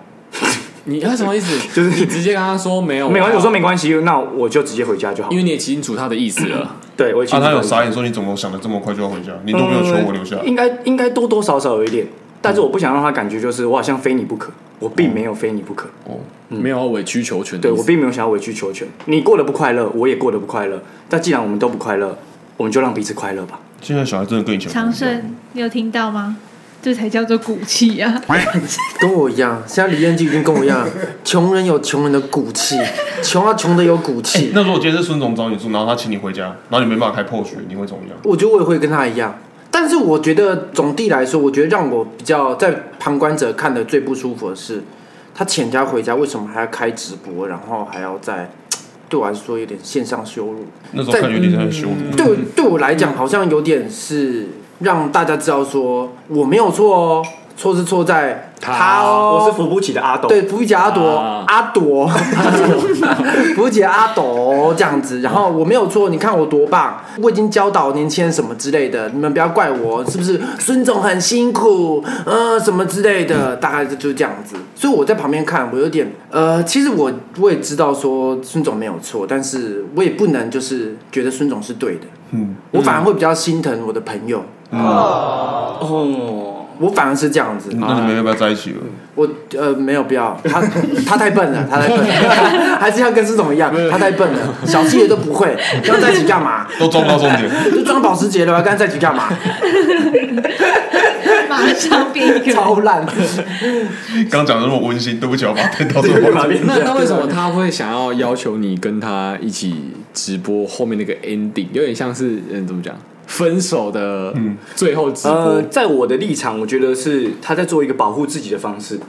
D: 你他什么意思？
E: 就是
D: 你直接跟他说
B: 哦
D: 没有，啊
E: 没关系，我说，没关系，那我就直接回家就好
D: 因。为你也清楚他的意思了。
E: 对，我也
B: 啊，
E: 清楚
B: 他有
E: 了
B: 傻眼说你怎么想的这么快就要回家？你都没有求我留下
E: 嗯，应该应该多多少少有一点，但是我不想让他感觉就是我好像非你不可，我并没有非你不可，
B: 哦，
D: 没有要委曲求全的
E: 嗯对
D: 意思，
E: 我并没有想要委曲求全。你过得不快乐，我也过得不快乐，但既然我们都不快乐，我们就让彼此快乐吧。
B: 现在小孩真的跟以前不一样
A: 长盛，你有听到吗？这才叫做骨气啊！
F: 跟我一样，现在李彦基已经跟我一 样，穷人有穷人的骨气，穷要穷的有骨气。
B: 那如果今天是孙总找你住，然后他请你回家，然后你没办法开破局，你会怎么样？
F: 我觉得我也会跟他一样，但是我觉得总体来说，我觉得让我比较在旁观者看的最不舒服的是，他请假回家为什么还要开直播，然后还要在对我来说有点线上羞辱。
B: 那时候看有点在羞辱，
F: 对我对我来讲，好像有点是让大家知道说我没有错哦，错是错在他哦，
E: 我是扶不起的阿斗，
F: 对，福姐阿朵，
D: 啊
F: 阿 朵，福姐阿斗这样子。然后我没有错，你看我多棒，我已经教导年轻人什么之类的，你们不要怪我，是不是？孙总很辛苦，呃，什么之类的，大概就这样子。所以我在旁边看，我有点呃，其实我我也知道说孙总没有错，但是我也不能就是觉得孙总是对的，
B: 嗯，
F: 我反而会比较心疼我的朋友，
E: 哦，
F: 我反而是这样子。
B: 那你们要不要在一起了？
F: 我呃没有必要，他他太笨了，他太笨了， 还是要跟这种一样，他太笨了，小细节都不会，要在一起干嘛？
B: 都抓不到重点，
F: 就装保时捷了，要跟他在一起干嘛？
A: 马上变一个人，
F: 超烂，
B: 刚讲的那么温馨，对不起，我把它带到这
E: 对
B: 里。
E: 吧？变
D: 那那为什么他会想要要求你跟他一起直播后面那个 ending，有点像是嗯怎么讲？分手的最后直播
E: 嗯呃，，在我的立场，我觉得是他在做一个保护自己的方式。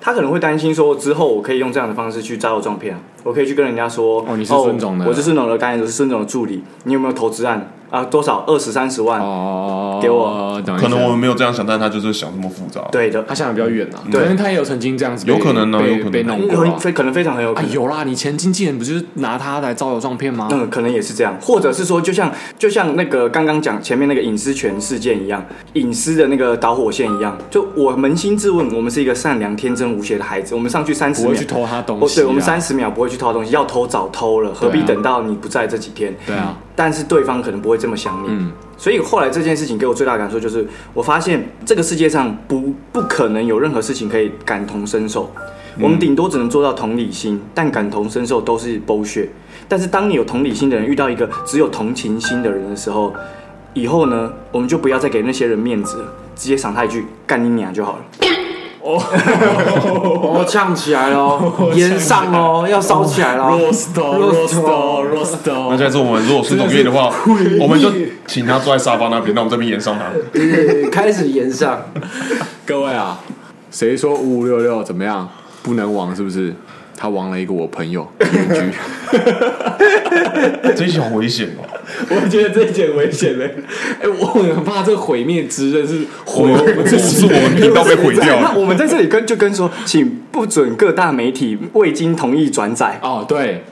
E: 他可能会担心说，之后我可以用这样的方式去摘到撞骗啊，我可以去跟人家说，
D: 哦你是孙总的
E: 我是孙总的干员，我是孙总的助理，你有没有投资案啊？多少二十三十万？
D: 哦，
E: 给我
D: 等一下，
B: 可能我们没有这样想，但他就是想这么复杂。，
E: 对的，
D: 他想的比较远啊，
E: 对
D: 可能他也有曾经这样子被，
B: 有可能啊
D: 被
B: 有可能
D: 被弄过啊
E: 很。非可能非常很有可
D: 啊
E: 能。，
D: 有啦！你前经纪人不就是拿他来招摇撞骗吗？
E: 嗯，可能也是这样，或者是说，就像就像那个刚刚讲前面那个隐私权事件一样，隐私的那个导火线一样。就我扪心自问，我们是一个善良、天真、无邪的孩子，我们上去三十
D: 不
E: 秒
D: 会去偷他东西
E: 哦
D: 啊
E: 对，我们三十秒不会去偷东西，要偷早偷了，何必
D: 对啊
E: 等到你不在这几天？
D: 对 啊，
E: 但是对方可能不会这么想你。
D: 嗯
E: 所以后来这件事情给我最大的感受就是，我发现这个世界上不不可能有任何事情可以感同身受，
D: 嗯
E: 我们顶多只能做到同理心，但感同身受都是剥削。但是当你有同理心的人遇到一个只有同情心的人的时候，以后呢，我们就不要再给那些人面子了，直接赏他一句“干你娘”就好了。
F: 哦，呛起来喽，烟上哦，要烧起来喽。
B: 那
D: rosto，rosto，rosto，
B: 下次我们如果孙总愿意的话，我们就请他坐在沙发那边，那我们这边演上他。
F: 对开始延上，
D: 各位啊，谁说五五六六怎么样不能亡？是不是？他亡了一个我朋友邻居，
B: 这一集好危险哦！
D: 我觉得这一件危险嘞。 哎，我很怕这毁灭之刃是毁我们自己
B: 是我们频道被毁
D: 哦
B: 掉
E: 那
B: 了。
E: 我们在这里跟就跟说，请不准各大媒体未经同意转载。
D: 哦，对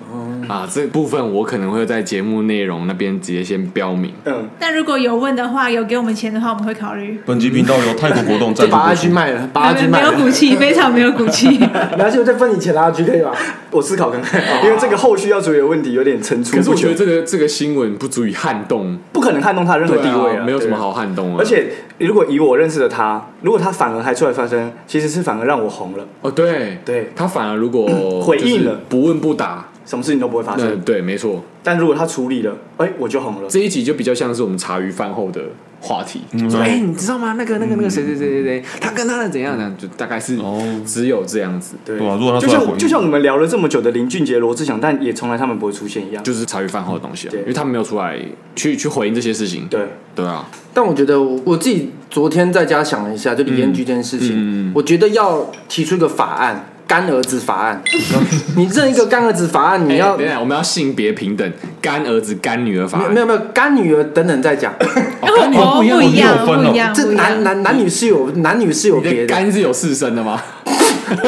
D: 啊，这部分我可能会在节目内容那边直接先标明。
E: 嗯，
A: 那如果有问的话，有给我们钱的话，我们会考虑。
B: 本集频道由泰国国栋
F: 就
B: 赞助
F: 把阿
B: 播
F: 居
B: 出。
F: 卖了，把阿居哦
A: 没
F: 卖
A: 有
F: 了。
A: 骨气，非常没有骨气。
F: 没关系，我再分你钱啦，阿居可以吧？
E: 我思考看看，因为这个后续要处理的问题有点层
D: 可
E: 出
D: 是
E: 不
D: 我觉
E: 穷
D: 得，这个这个新闻不足以撼动，
E: 不可能撼动他任何
D: 对
E: 地位
D: 啊，
E: 啊
D: 没有什么好。撼动啊。
E: 对而且，如果以我认识的他，如果他反而还出来发声，其实是反而让我红了，
D: 哦，对
E: 对
D: 他反而如果
E: 回应
D: 就
E: 了啊
D: 是不问不答，
E: 什么事情都不会发
D: 那
E: 生。
D: 对，没错，
E: 但如果他处理了，哎，我就红了。
D: 这一集就比较像是我们茶余饭后的话题，
B: 嗯
D: 说哎、你知道吗？那个那个那个谁谁谁谁谁，他跟他的怎样怎样，就大概是
B: 哦
D: 只有这样子，
E: 对
B: 对啊如果他
E: 就
B: 出来回
E: 像
B: 应
E: 就像我们聊了这么久的林俊杰、罗志祥，但也从来他们不会出现一样。
D: 就是茶余饭后的东西啊，
E: 对
D: 因为他们没有出来去去回应这些事情，
E: 对，
D: 对啊，
F: 但我觉得我我自己昨天在家想了一下，就李彦居这件事
D: 嗯
F: 情，我觉得要提出一个法案，干儿子法 案。你认一个干儿子法案，你
D: 哎
F: 要、
D: 等一下我们要性别平等，干儿子干女儿法
F: 没有
D: 案
F: 没，有没有干女儿等等再讲，
A: 哦，不一样，不一样，
F: 这男男男女是有男女是有
D: 你
F: 别
D: 的
F: 的，
D: 干是有四声的吗？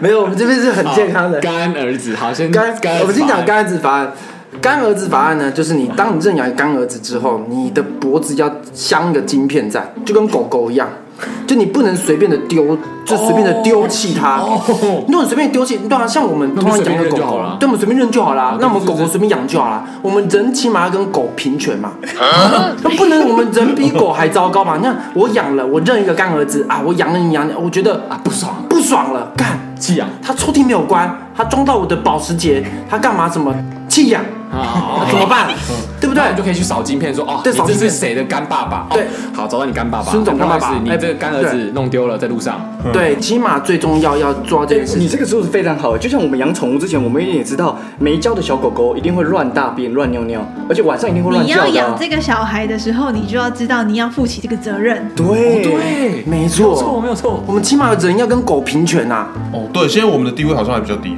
F: 没有我们这边是很健康的。
D: 好 干儿子，好先
F: 干
D: 干儿，子
F: 我们先
D: 法
F: 讲
D: 案
F: 干儿子法案。干儿子法案呢，就是你当你认养干儿子之后，你的脖子要镶一个金片在，就跟狗狗一样，就你不能随便的丢，就随便的丢弃它。
D: 哦
F: 如果你随便丢弃，对啊，像我们
D: 那
F: 通
D: 我们
F: 常讲的
D: 随便认
F: 狗
D: 就好
F: 狗
D: 了，
F: 对，我们随便认就好啦。
D: 对
F: 那我们狗
D: 是
F: 狗
D: 是
F: 随便养就好啦。我们人起码要跟狗平权嘛，那不能我们人比狗还糟糕嘛？你看我养了，我认一个干儿子啊，我养了你养了，我觉得
D: 啊，不爽，
F: 不爽了，干。
D: 气啊痒
F: 他抽屉没有关，他装到我的保时捷，他干嘛？什么弃养？
D: 啊
F: 那怎么办？对不
D: 嗯
F: 对
D: 那？你就可以去扫金片说哦，
F: 对
D: 你
F: 扫
D: 这
F: 金片
D: 是谁的干爸爸？哦
F: 对
D: 好，找到你干爸哦爸，
F: 孙总干爸爸
D: 不好意思
F: 哎
D: 你这个干儿
F: 对
D: 子弄丢了，在路上。
F: 对，起码最重要要做到这件事
E: 你
F: 情。
E: 这个说的非常好，就像我们养宠物之前，我们也知道没教的小狗狗一定会乱大便、乱尿尿，而且晚上一定会乱
A: 你要
E: 叫的啊、
A: 养这个小孩的时候，你就要知道你要负起这个责任。
E: 对
D: 对
F: 没
D: 没有错，
F: 错
D: 没，有错。
F: 我们起码人要跟狗平权呐。
B: 哦，对，现在我们的地位好像还比较低。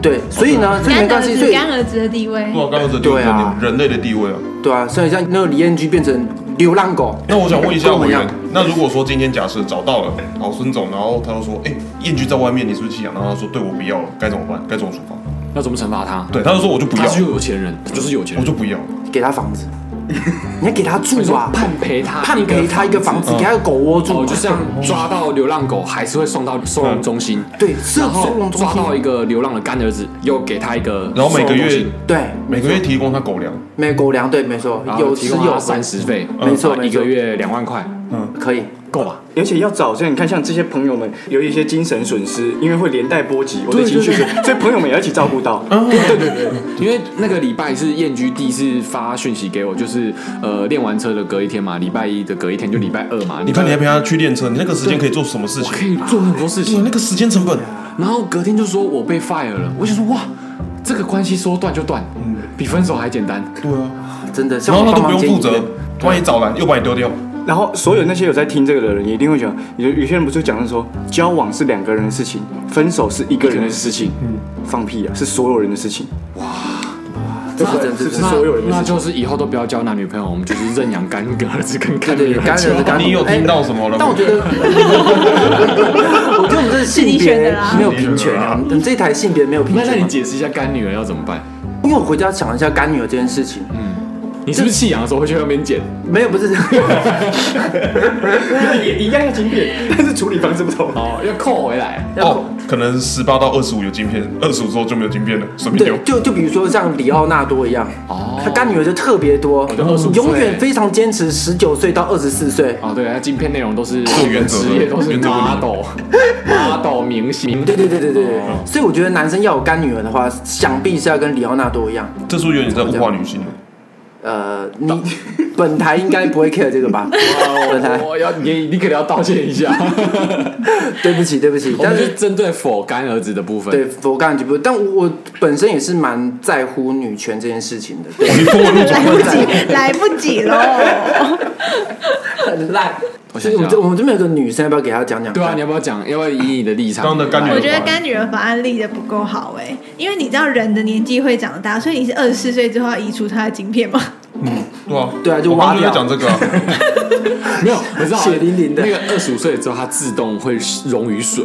F: 对，所以
D: 嗯
F: 呢，所以没
A: 干儿
F: 关系，所
A: 子，
F: 以
A: 干儿子的地位
B: 不，过刚刚的地位
F: 对啊，
B: 人类的地位啊。
F: 对啊，所以像那个李彦居变成流浪狗，
B: 那我想问一下
F: 跟我
B: 委
F: 一样
B: 员，那如果说今天假设找到了老孙总，然后他就说，哎，燕居在外面，你是不是弃养？然后他说，对我不要了，该怎么办？该怎么处罚？
D: 要怎么惩罚他？
B: 对，他就说我就不
D: 他
B: 要，
D: 是有钱人，他就是有钱
B: 我
D: 人。
B: 就不要。
F: 给他 房子，你要给他
D: 你
F: 住
D: 说
F: 啊，
D: 判赔他，
F: 判赔他一个房子，
B: 嗯
F: 给他个狗窝住啊
D: 哦，，就像抓到流浪狗，还是会送到收容中心。
F: 对，是
D: 然
F: 收
D: 后
F: 容中
D: 抓到一
F: 心，
D: 个流浪的干儿子，又给他一个
B: 然后每个
D: 收容中
B: 月
D: 心，
F: 对，
B: 每个月提供他狗粮，
F: 没狗粮，对，没错
D: 然，后
F: 有
D: 啊提
F: 吃
D: 供
F: 有
D: 他
F: 喝
D: 膳食费，
F: 没错
D: 啊
F: 没错
D: 一个月两万块，
F: 可以。
D: 够吧？
E: 而且要找这样，你看像这些朋友们有一些精神损失，因为会连带波及我的情绪，所以朋友们也要一起照顾到。
D: 啊因为那个礼拜是燕居第一次发讯息给我，就是呃练完车的隔一天嘛，礼拜一的隔一天就礼拜二嘛。
B: 你看你还陪他去练车，你那个时间可以做什么事
D: 我可
B: 情？
D: 以做很多事
B: 对，
D: 情
B: 那，个时间成本，
D: 然后隔天就说我被 fire 了，我想说哇，这个关系说断就断，比分手还简单。
B: 对啊，
F: 真的，像
B: 然
F: 我
B: 后他
F: 帮
B: 都不
F: 忙
B: 用
F: 剪
B: 负
F: 影片
B: 责，万一找来又把你丢掉，
E: 然后所有那些有在听这个的人，一定会想，有有些人不是讲的说，交往是两个人的事情，分手是一个人的事情，嗯，放屁啊，是所有人的事情。
F: 这是真，这
E: 是
F: 是
E: 不是所有人的
D: 那
E: 事情
D: 就是以后都不要交男女朋友，我们就是认养干儿子跟干
F: 对对
D: 女
F: 对，干人的干。
B: 你有听到什么了吗
F: 但我觉得，我觉得我们这
A: 是
F: 性
A: 你选
F: 别
A: 的啦
F: 没有平权啊，我们这一台性别没有平
D: 那那
F: 权
D: 你
F: 嘛。
D: 解释一下干女儿要怎么办？
F: 因为我回家想了一下干女儿这件事情，
D: 你是不是弃养的时候会去那边捡？
F: 没有不是，
D: 也一样要晶片， 但是处理方式不同哦，要扣回来。
B: 哦，可能十八到二十五有晶片，二十五之后就没有晶片了，随便
F: 对
B: 丢，。
F: 就就比如说像里奥纳多一样，
D: 哦
F: 他干女儿就特别多
D: 就25岁，
F: 永远非常坚持十九岁到二十四岁。
D: 哦，对，那晶片内容都是
B: 有原则的
D: 职业都是
B: 原则问题
D: model model 明星，
F: 对对对对对对，所以我觉得男生要有干女儿的话，想必是要跟里奥纳多一样。
B: 这是不是有点在物化女 性了？
F: 呃，你本台应该不会 care 这个吧？本台
D: 我我要哦你你可能要道歉一下，
F: 对不起对不起，
D: 我
F: 但
D: 们
F: 是
D: 是针对否干儿子的部分。
F: 对佛干局部，但我我本身也是蛮在乎女权这件事情的，
B: 哦你中文录转
A: 来不及，来不及喽。
F: 很烂。
D: 我
F: 所
D: 想
F: 以
D: 一下
F: 我们这我们这边有个女生，要不要给她讲讲？
D: 对啊，你要不要讲？要不要以你的立场？
B: 刚刚的干女儿
A: 我觉得干女儿法案立的不够好哎、因为你知道人的年纪会长大，所以你是二十四岁之后要移除她的晶片吗？
B: 对啊，
F: 对啊就
B: 我
F: 挖
B: 刚
F: 掉
B: 刚就在讲这个啊，
D: 没有，我知道啊
F: 血淋淋的
D: 那个二十五岁之后，它自动会溶于水，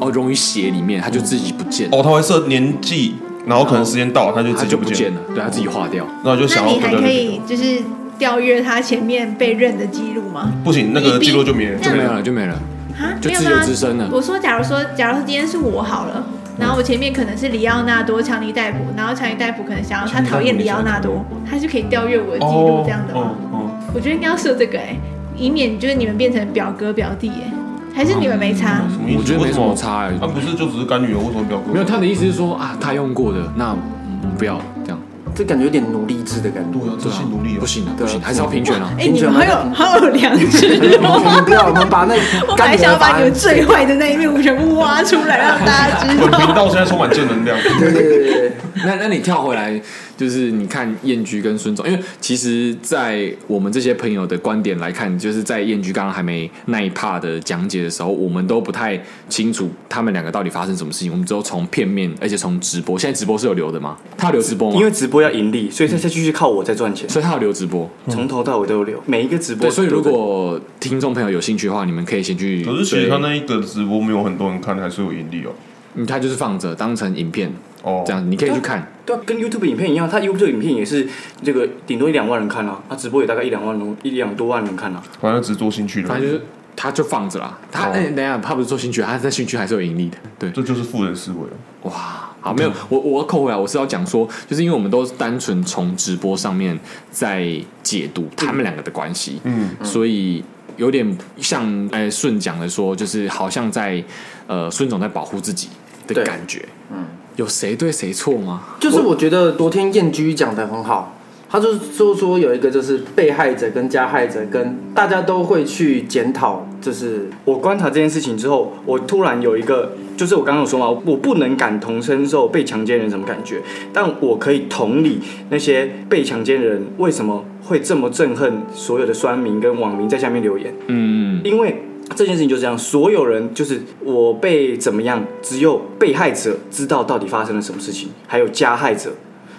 D: 哦，溶于血里面，它就自己不见，
B: 哦，他会设年纪，然后可能时间到了，他就
D: 它
B: 自己
D: 就
B: 不
D: 不
B: 见
D: 见
B: 了，
D: 了，对，它自己化掉。
B: 那我就
A: 那
B: 想要
A: 你还
B: 回
A: 可
B: 到
A: 以就是调阅她前面被认的记录吗？
B: 不行，那个记录就没
A: 这
D: 就
A: 样
D: 没有了，就没了。
A: 啊，
D: 就
A: 没有
D: 自由
A: 吗
D: 之身了
A: 我说，假如说，假如说今天是我好了，然后我前面可能是里奥纳多强尼戴普，然后强尼戴普可能想要他讨厌里奥纳多，他就可以调阅我的记录
B: 哦
A: 这样的吗？
B: 哦
A: 我觉得应该要设这个哎、以免就是你们变成表哥表弟哎、还是你们没差？
B: 哦什么意思
D: 我觉得没什么差
B: 哦，啊，
D: 欸，
B: 不是就只是干女儿，为什么表哥？
D: 没有他的意思是说啊，他用过的，那嗯不要这样，
F: 这感觉有点奴隶制的感觉。
B: 对啊，这是努力哦
D: 不，行啊，
F: 对
D: 不
F: 啊
D: 行，还是要平权啊。
A: 哎、你们好有好有良知
F: 我
A: 哦！
F: 们不要， 我们把那
A: 我本
F: 干
A: 来
F: 女
A: 想
F: 儿
A: 要
F: 法
A: 把你
F: 案
A: 们，最坏的那一面全部挖出来，让大家知
B: 本频
A: 道。
B: 道现在充满正能 量。
F: 对对对对，
D: 那那你跳回来，就是你看燕居跟孙总，因为其实，在我们这些朋友的观点来看，就是在燕居刚刚还没那一 part 的讲解的时候，我们都不太清楚他们两个到底发生什么事情，我们只有从片面，而且从直播，现在直播是有留的吗？他有留直播吗？
E: 因为直播要盈利，所以他才继续靠我在赚钱，
D: 所以他有留直播，
E: 从头到尾都有留每一个直
D: 嗯
E: 播。
D: 对，所以如果听众朋友有兴趣的话，你们可以先去追。
B: 可是其实他那一个直播没有很多人看，还是有盈利哦。
D: 嗯，他就是放着当成影片
B: 哦，
D: 这样，你可以去看。
E: 对啊，跟 YouTube 影片一样，他 YouTube 影片也是这个顶多一两万人看啊，他直播也大概一两万人，一两多万人看啊。
B: 反正只是做兴趣的，
D: 反正就是他就放着啦。他
B: 哦
D: 哎、等一下他不是做兴趣，他在兴趣还是有盈利的。对，
B: 这就是富人思维哦。
D: 哇，好，没有，我我要扣回来，我是要讲说，就是因为我们都是单纯从直播上面在解读他们两个的关系，
B: 嗯，
D: 所以有点像哎顺讲的说，就是好像在呃孙总在保护自己的
F: 对
D: 感觉。嗯，有谁对谁错吗？
F: 就是我觉得昨天燕居讲的很好，他就是说说有一个就是被害者跟加害者跟大家都会去检讨，就是
E: 我观察这件事情之后，我突然有一个，就是我刚刚有说嘛，我不能感同身受被强奸人什么感觉，但我可以同理那些被强奸人为什么会这么憎恨所有的酸民跟网民在下面留言，
D: 嗯，
E: 因为。这件事情就是这样，所有人就是我被怎么样，只有被害者知道到底发生了什么事情，还有加害者。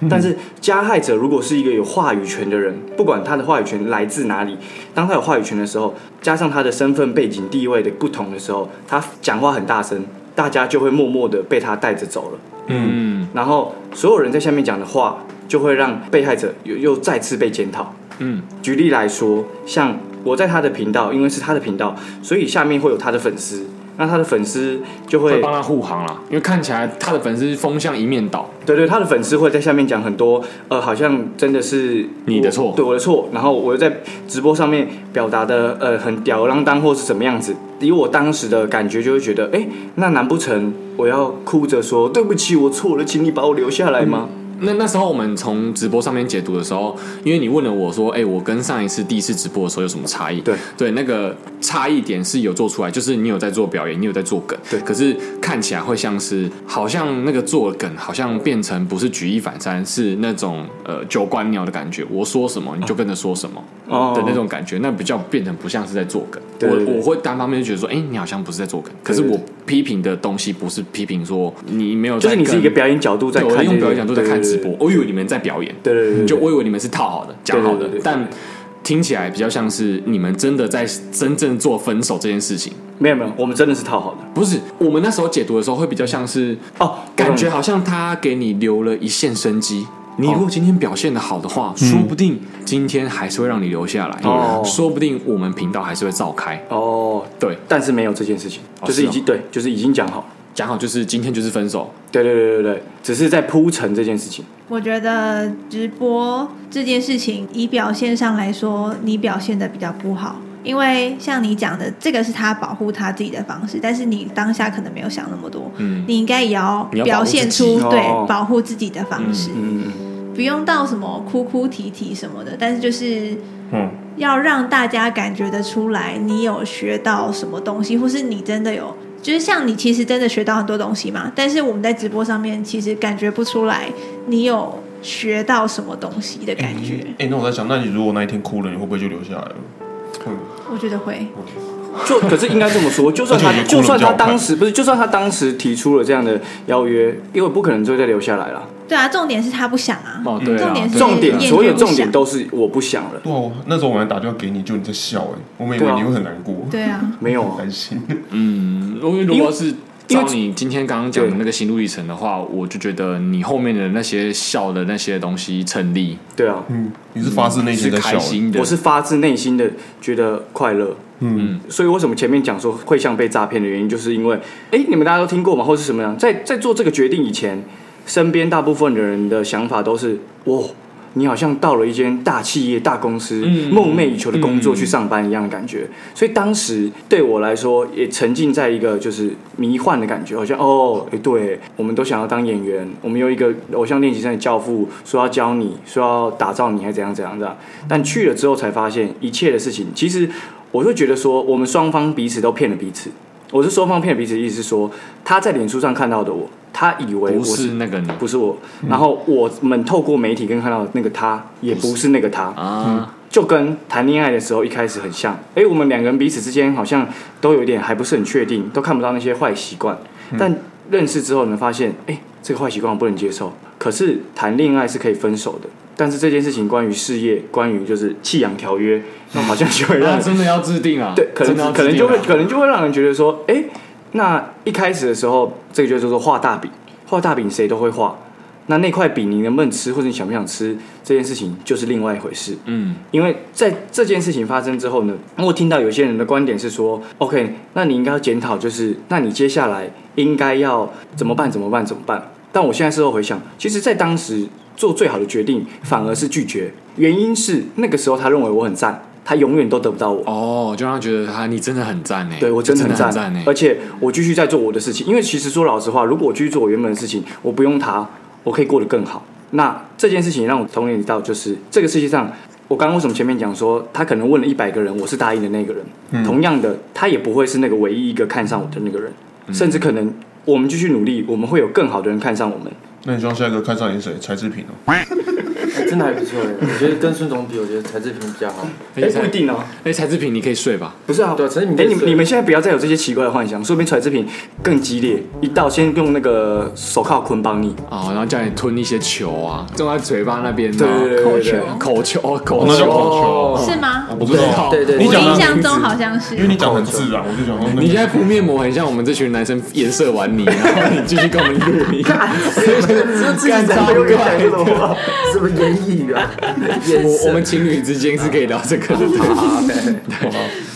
E: 但是加害者如果是一个有话语权的人，不管他的话语权来自哪里，当他有话语权的时候，加上他的身份背景地位的不同的时候，他讲话很大声，大家就会默默的被他带着走了。
D: 嗯，
E: 然后所有人在下面讲的话，就会让被害者又又再次被检讨。
D: 嗯，
E: 举例来说，像我在他的频道，因为是他的频道，所以下面会有他的粉丝，那他的粉丝就
D: 会
E: 会
D: 帮他护航啦，因为看起来他的粉丝风向一面倒，
E: 对对，他的粉丝会在下面讲很多，呃，好像真的是
D: 你的错
E: 我对我的错。然后我又在直播上面表达的，呃，很吊儿郎当或是怎么样子。以我当时的感觉，就会觉得，哎，那难不成我要哭着说对不起，我错了，请你把我留下来吗？
D: 那那时候我们从直播上面解读的时候，因为你问了我说，哎、我跟上一次第一次直播的时候有什么差异？
E: 对
D: 对，那个差异点是有做出来，就是你有在做表演，你有在做梗，
E: 对
D: 可是看起来会像是好像那个做的梗好像变成不是举一反三，是那种呃九官鸟的感觉，我说什么你就跟着说什么
E: 哦
D: 的那种感觉，那比较变成不像是在做梗。
E: 对对对
D: 我我会单方面就觉得说，哎、你好像不是在做梗，可是
E: 对对
D: 我批评的东西不是批评说你没有
E: 就
D: 在
E: 是
D: 跟，
E: 你是一个表演角度在
D: 对，
E: 看
D: 我
E: 这
D: 在
E: 个，
D: 用表演角度在看直播
E: 对，
D: 我以为你们在表演，
E: 对对对对，
D: 就我以为你们是套好的、讲好的
E: 对对对，对
D: 但听起来比较像是你们真的在真正做分手这件事情。
E: 没有没有，我们真的是套好的
D: 不是，我们那时候解读的时候会比较像是，
E: 哦，
D: 感觉好像他给你留了一线生机。你
E: 哦
D: 如果今天表现的好的话，说不定今天还是会让你留下来，
E: 嗯哦
D: 说不定我们频道还是会召开。
E: 哦，
D: 对，
E: 但是没有这件事情，
D: 哦
E: 就是
D: 是
E: 已
D: 哦
E: 经对，就是已经讲好了。
D: 讲好就是今天就是分手，
E: 对对对对对，只是在铺陈这件事情。
A: 我觉得直播这件事情，以表现上来说，你表现的比较不好，因为像你讲的，这个是他保护他自己的方式，但是你当下可能没有想那么多，
D: 嗯
A: 你应该也要
D: 你要保护
A: 表现
D: 自己
A: 出对
E: 哦
A: 保护自己的方式，
E: 嗯，
A: 不用到什么哭哭啼啼什么的，但是就是
B: 嗯，
A: 要让大家感觉得出来，你有学到什么东西，或是你真的有，就是像你其实真的学到很多东西嘛。但是我们在直播上面其实感觉不出来你有学到什么东西的感觉，
B: 哎、那我在想，那你如果那一天哭了，你会不会就留下来了？嗯，
A: 我觉得会。
E: 就可是应该这么说，就算 他
B: 而且也哭
E: 就
B: 了
E: 算
B: 比较
E: 他
B: 好看
E: 当时不是，就算他当时提出了这样的邀约，因为不可能最后再留下来了。
A: 对啊，重点是他不想啊，
D: 哦对啊
A: 重点是
E: 重点，
A: 燕
E: 所有
A: 不想
E: 重点都是我不想了，
B: 对啊，我那时候我还打电话给你，就你在笑哎、我们以为你会很难过，
A: 对啊，
E: 没有
B: 很
E: 啊
B: 担心。
D: 嗯，因为如果是
E: 因为
D: 照你今天刚刚讲的那个心路历程的话，我就觉得你后面的那些笑的那些东西成立，
E: 对啊，
B: 嗯，你是发自内
D: 嗯是
B: 心在笑
D: 开
B: 欸、
D: 心的。
E: 我是发自内心的觉得快乐。
B: 嗯，
E: 所以为什么前面讲说会像被诈骗的原因，就是因为，哎，你们大家都听过嘛，或是什么样？在在做这个决定以前，身边大部分的人的想法都是，哇、你好像到了一间大企业、大公司，
D: 嗯
E: 梦寐以求的工作
D: 嗯
E: 去上班一样的感觉。所以当时对我来说，也沉浸在一个就是迷幻的感觉，好像哦，哎，对，我们都想要当演员，我们有一个偶像练习生的教父说要教你，说要打造你，还怎样怎样怎样。但去了之后才发现，一切的事情其实。我就觉得说，我们双方彼此都骗了彼此。我是双方骗了彼此，意思是说，他在脸书上看到的我，他以为我
D: 不
E: 是嗯
D: 是那个你
E: 不是我，然后我们透过媒体跟看到的那个他，也不是那个他，
D: 啊？
E: 就跟谈恋爱的时候一开始很像。哎，我们两个人彼此之间好像都有一点还不是很确定，都看不到那些坏习惯。
D: 嗯
E: 但认识之后，你们发现，哎，这个坏习惯我不能接受。可是谈恋爱是可以分手的，但是这件事情关于事业，关于就是弃养条约，那好像就 会让
D: 那
E: 人
D: 真的要制定啊？
E: 对，可
D: 真的要
E: 能可能
D: 制
E: 就
D: 定啊
E: 会可能就会让人觉得说，哎、那一开始的时候，这个就是说画大饼，画大饼谁都会画。那那块饼你能不能吃，或者你想不想吃，这件事情就是另外一回事。
D: 嗯，
E: 因为在这件事情发生之后呢，我听到有些人的观点是说，OK，那你应该要检讨，就是那你接下来应该要怎么办？怎么办？怎么办？但我现在事后回想，其实，在当时做最好的决定反而是拒绝，原因是那个时候他认为我很赞，他永远都得不到我。
D: 哦，就让他觉得他你真的很赞呢。
E: 对我真的很赞，欸
D: 赞欸呢。
E: 而且我继续在做我的事情，因为其实说老实话，如果我继续做我原本的事情，我不用他，我可以过得更好。那这件事情让我同理到，就是这个世界上，我刚刚为什么前面讲说，他可能问了一百个人，我是答应的那个人，同样的，他也不会是那个唯一一个看上我的那个人，甚至可能我们继续努力，我们会有更好的人看上我们。
B: 那你希望下一个看上你是谁？柴智屏哦、
F: 真的还不错哎，我觉得跟孙总比，我觉得柴智屏比较好。
D: 哎
E: 哎不一定哦，
D: 哎，柴志平，你可以睡吧？
E: 不是啊，
F: 对啊所以你
E: 哎，你
F: 就是
E: 你们现在不要再有这些奇怪的幻想，说不定传志平更激烈，一到先用那个手铐捆绑你，
D: 哦，然后叫你吞一些球啊，种在嘴巴那边的哦
E: 对对对对对
A: 扣球
D: 口球，哦口
B: 哦那叫
D: 球。
B: 口球，
A: 是吗？
D: 啊
B: 我不知道，
F: 对对对
A: 我
B: 你讲
A: 印
B: 的，
A: 象中好像是
B: 因为你讲得很自然，我就想说那个，
D: 你现在敷面膜很像我们这群男生颜色玩泥，然后你继续跟我们录 音， 干超怪的。
F: 什么言 语啊？眼
D: 我
F: 神
D: 我们情侣之间是可以聊这 个的。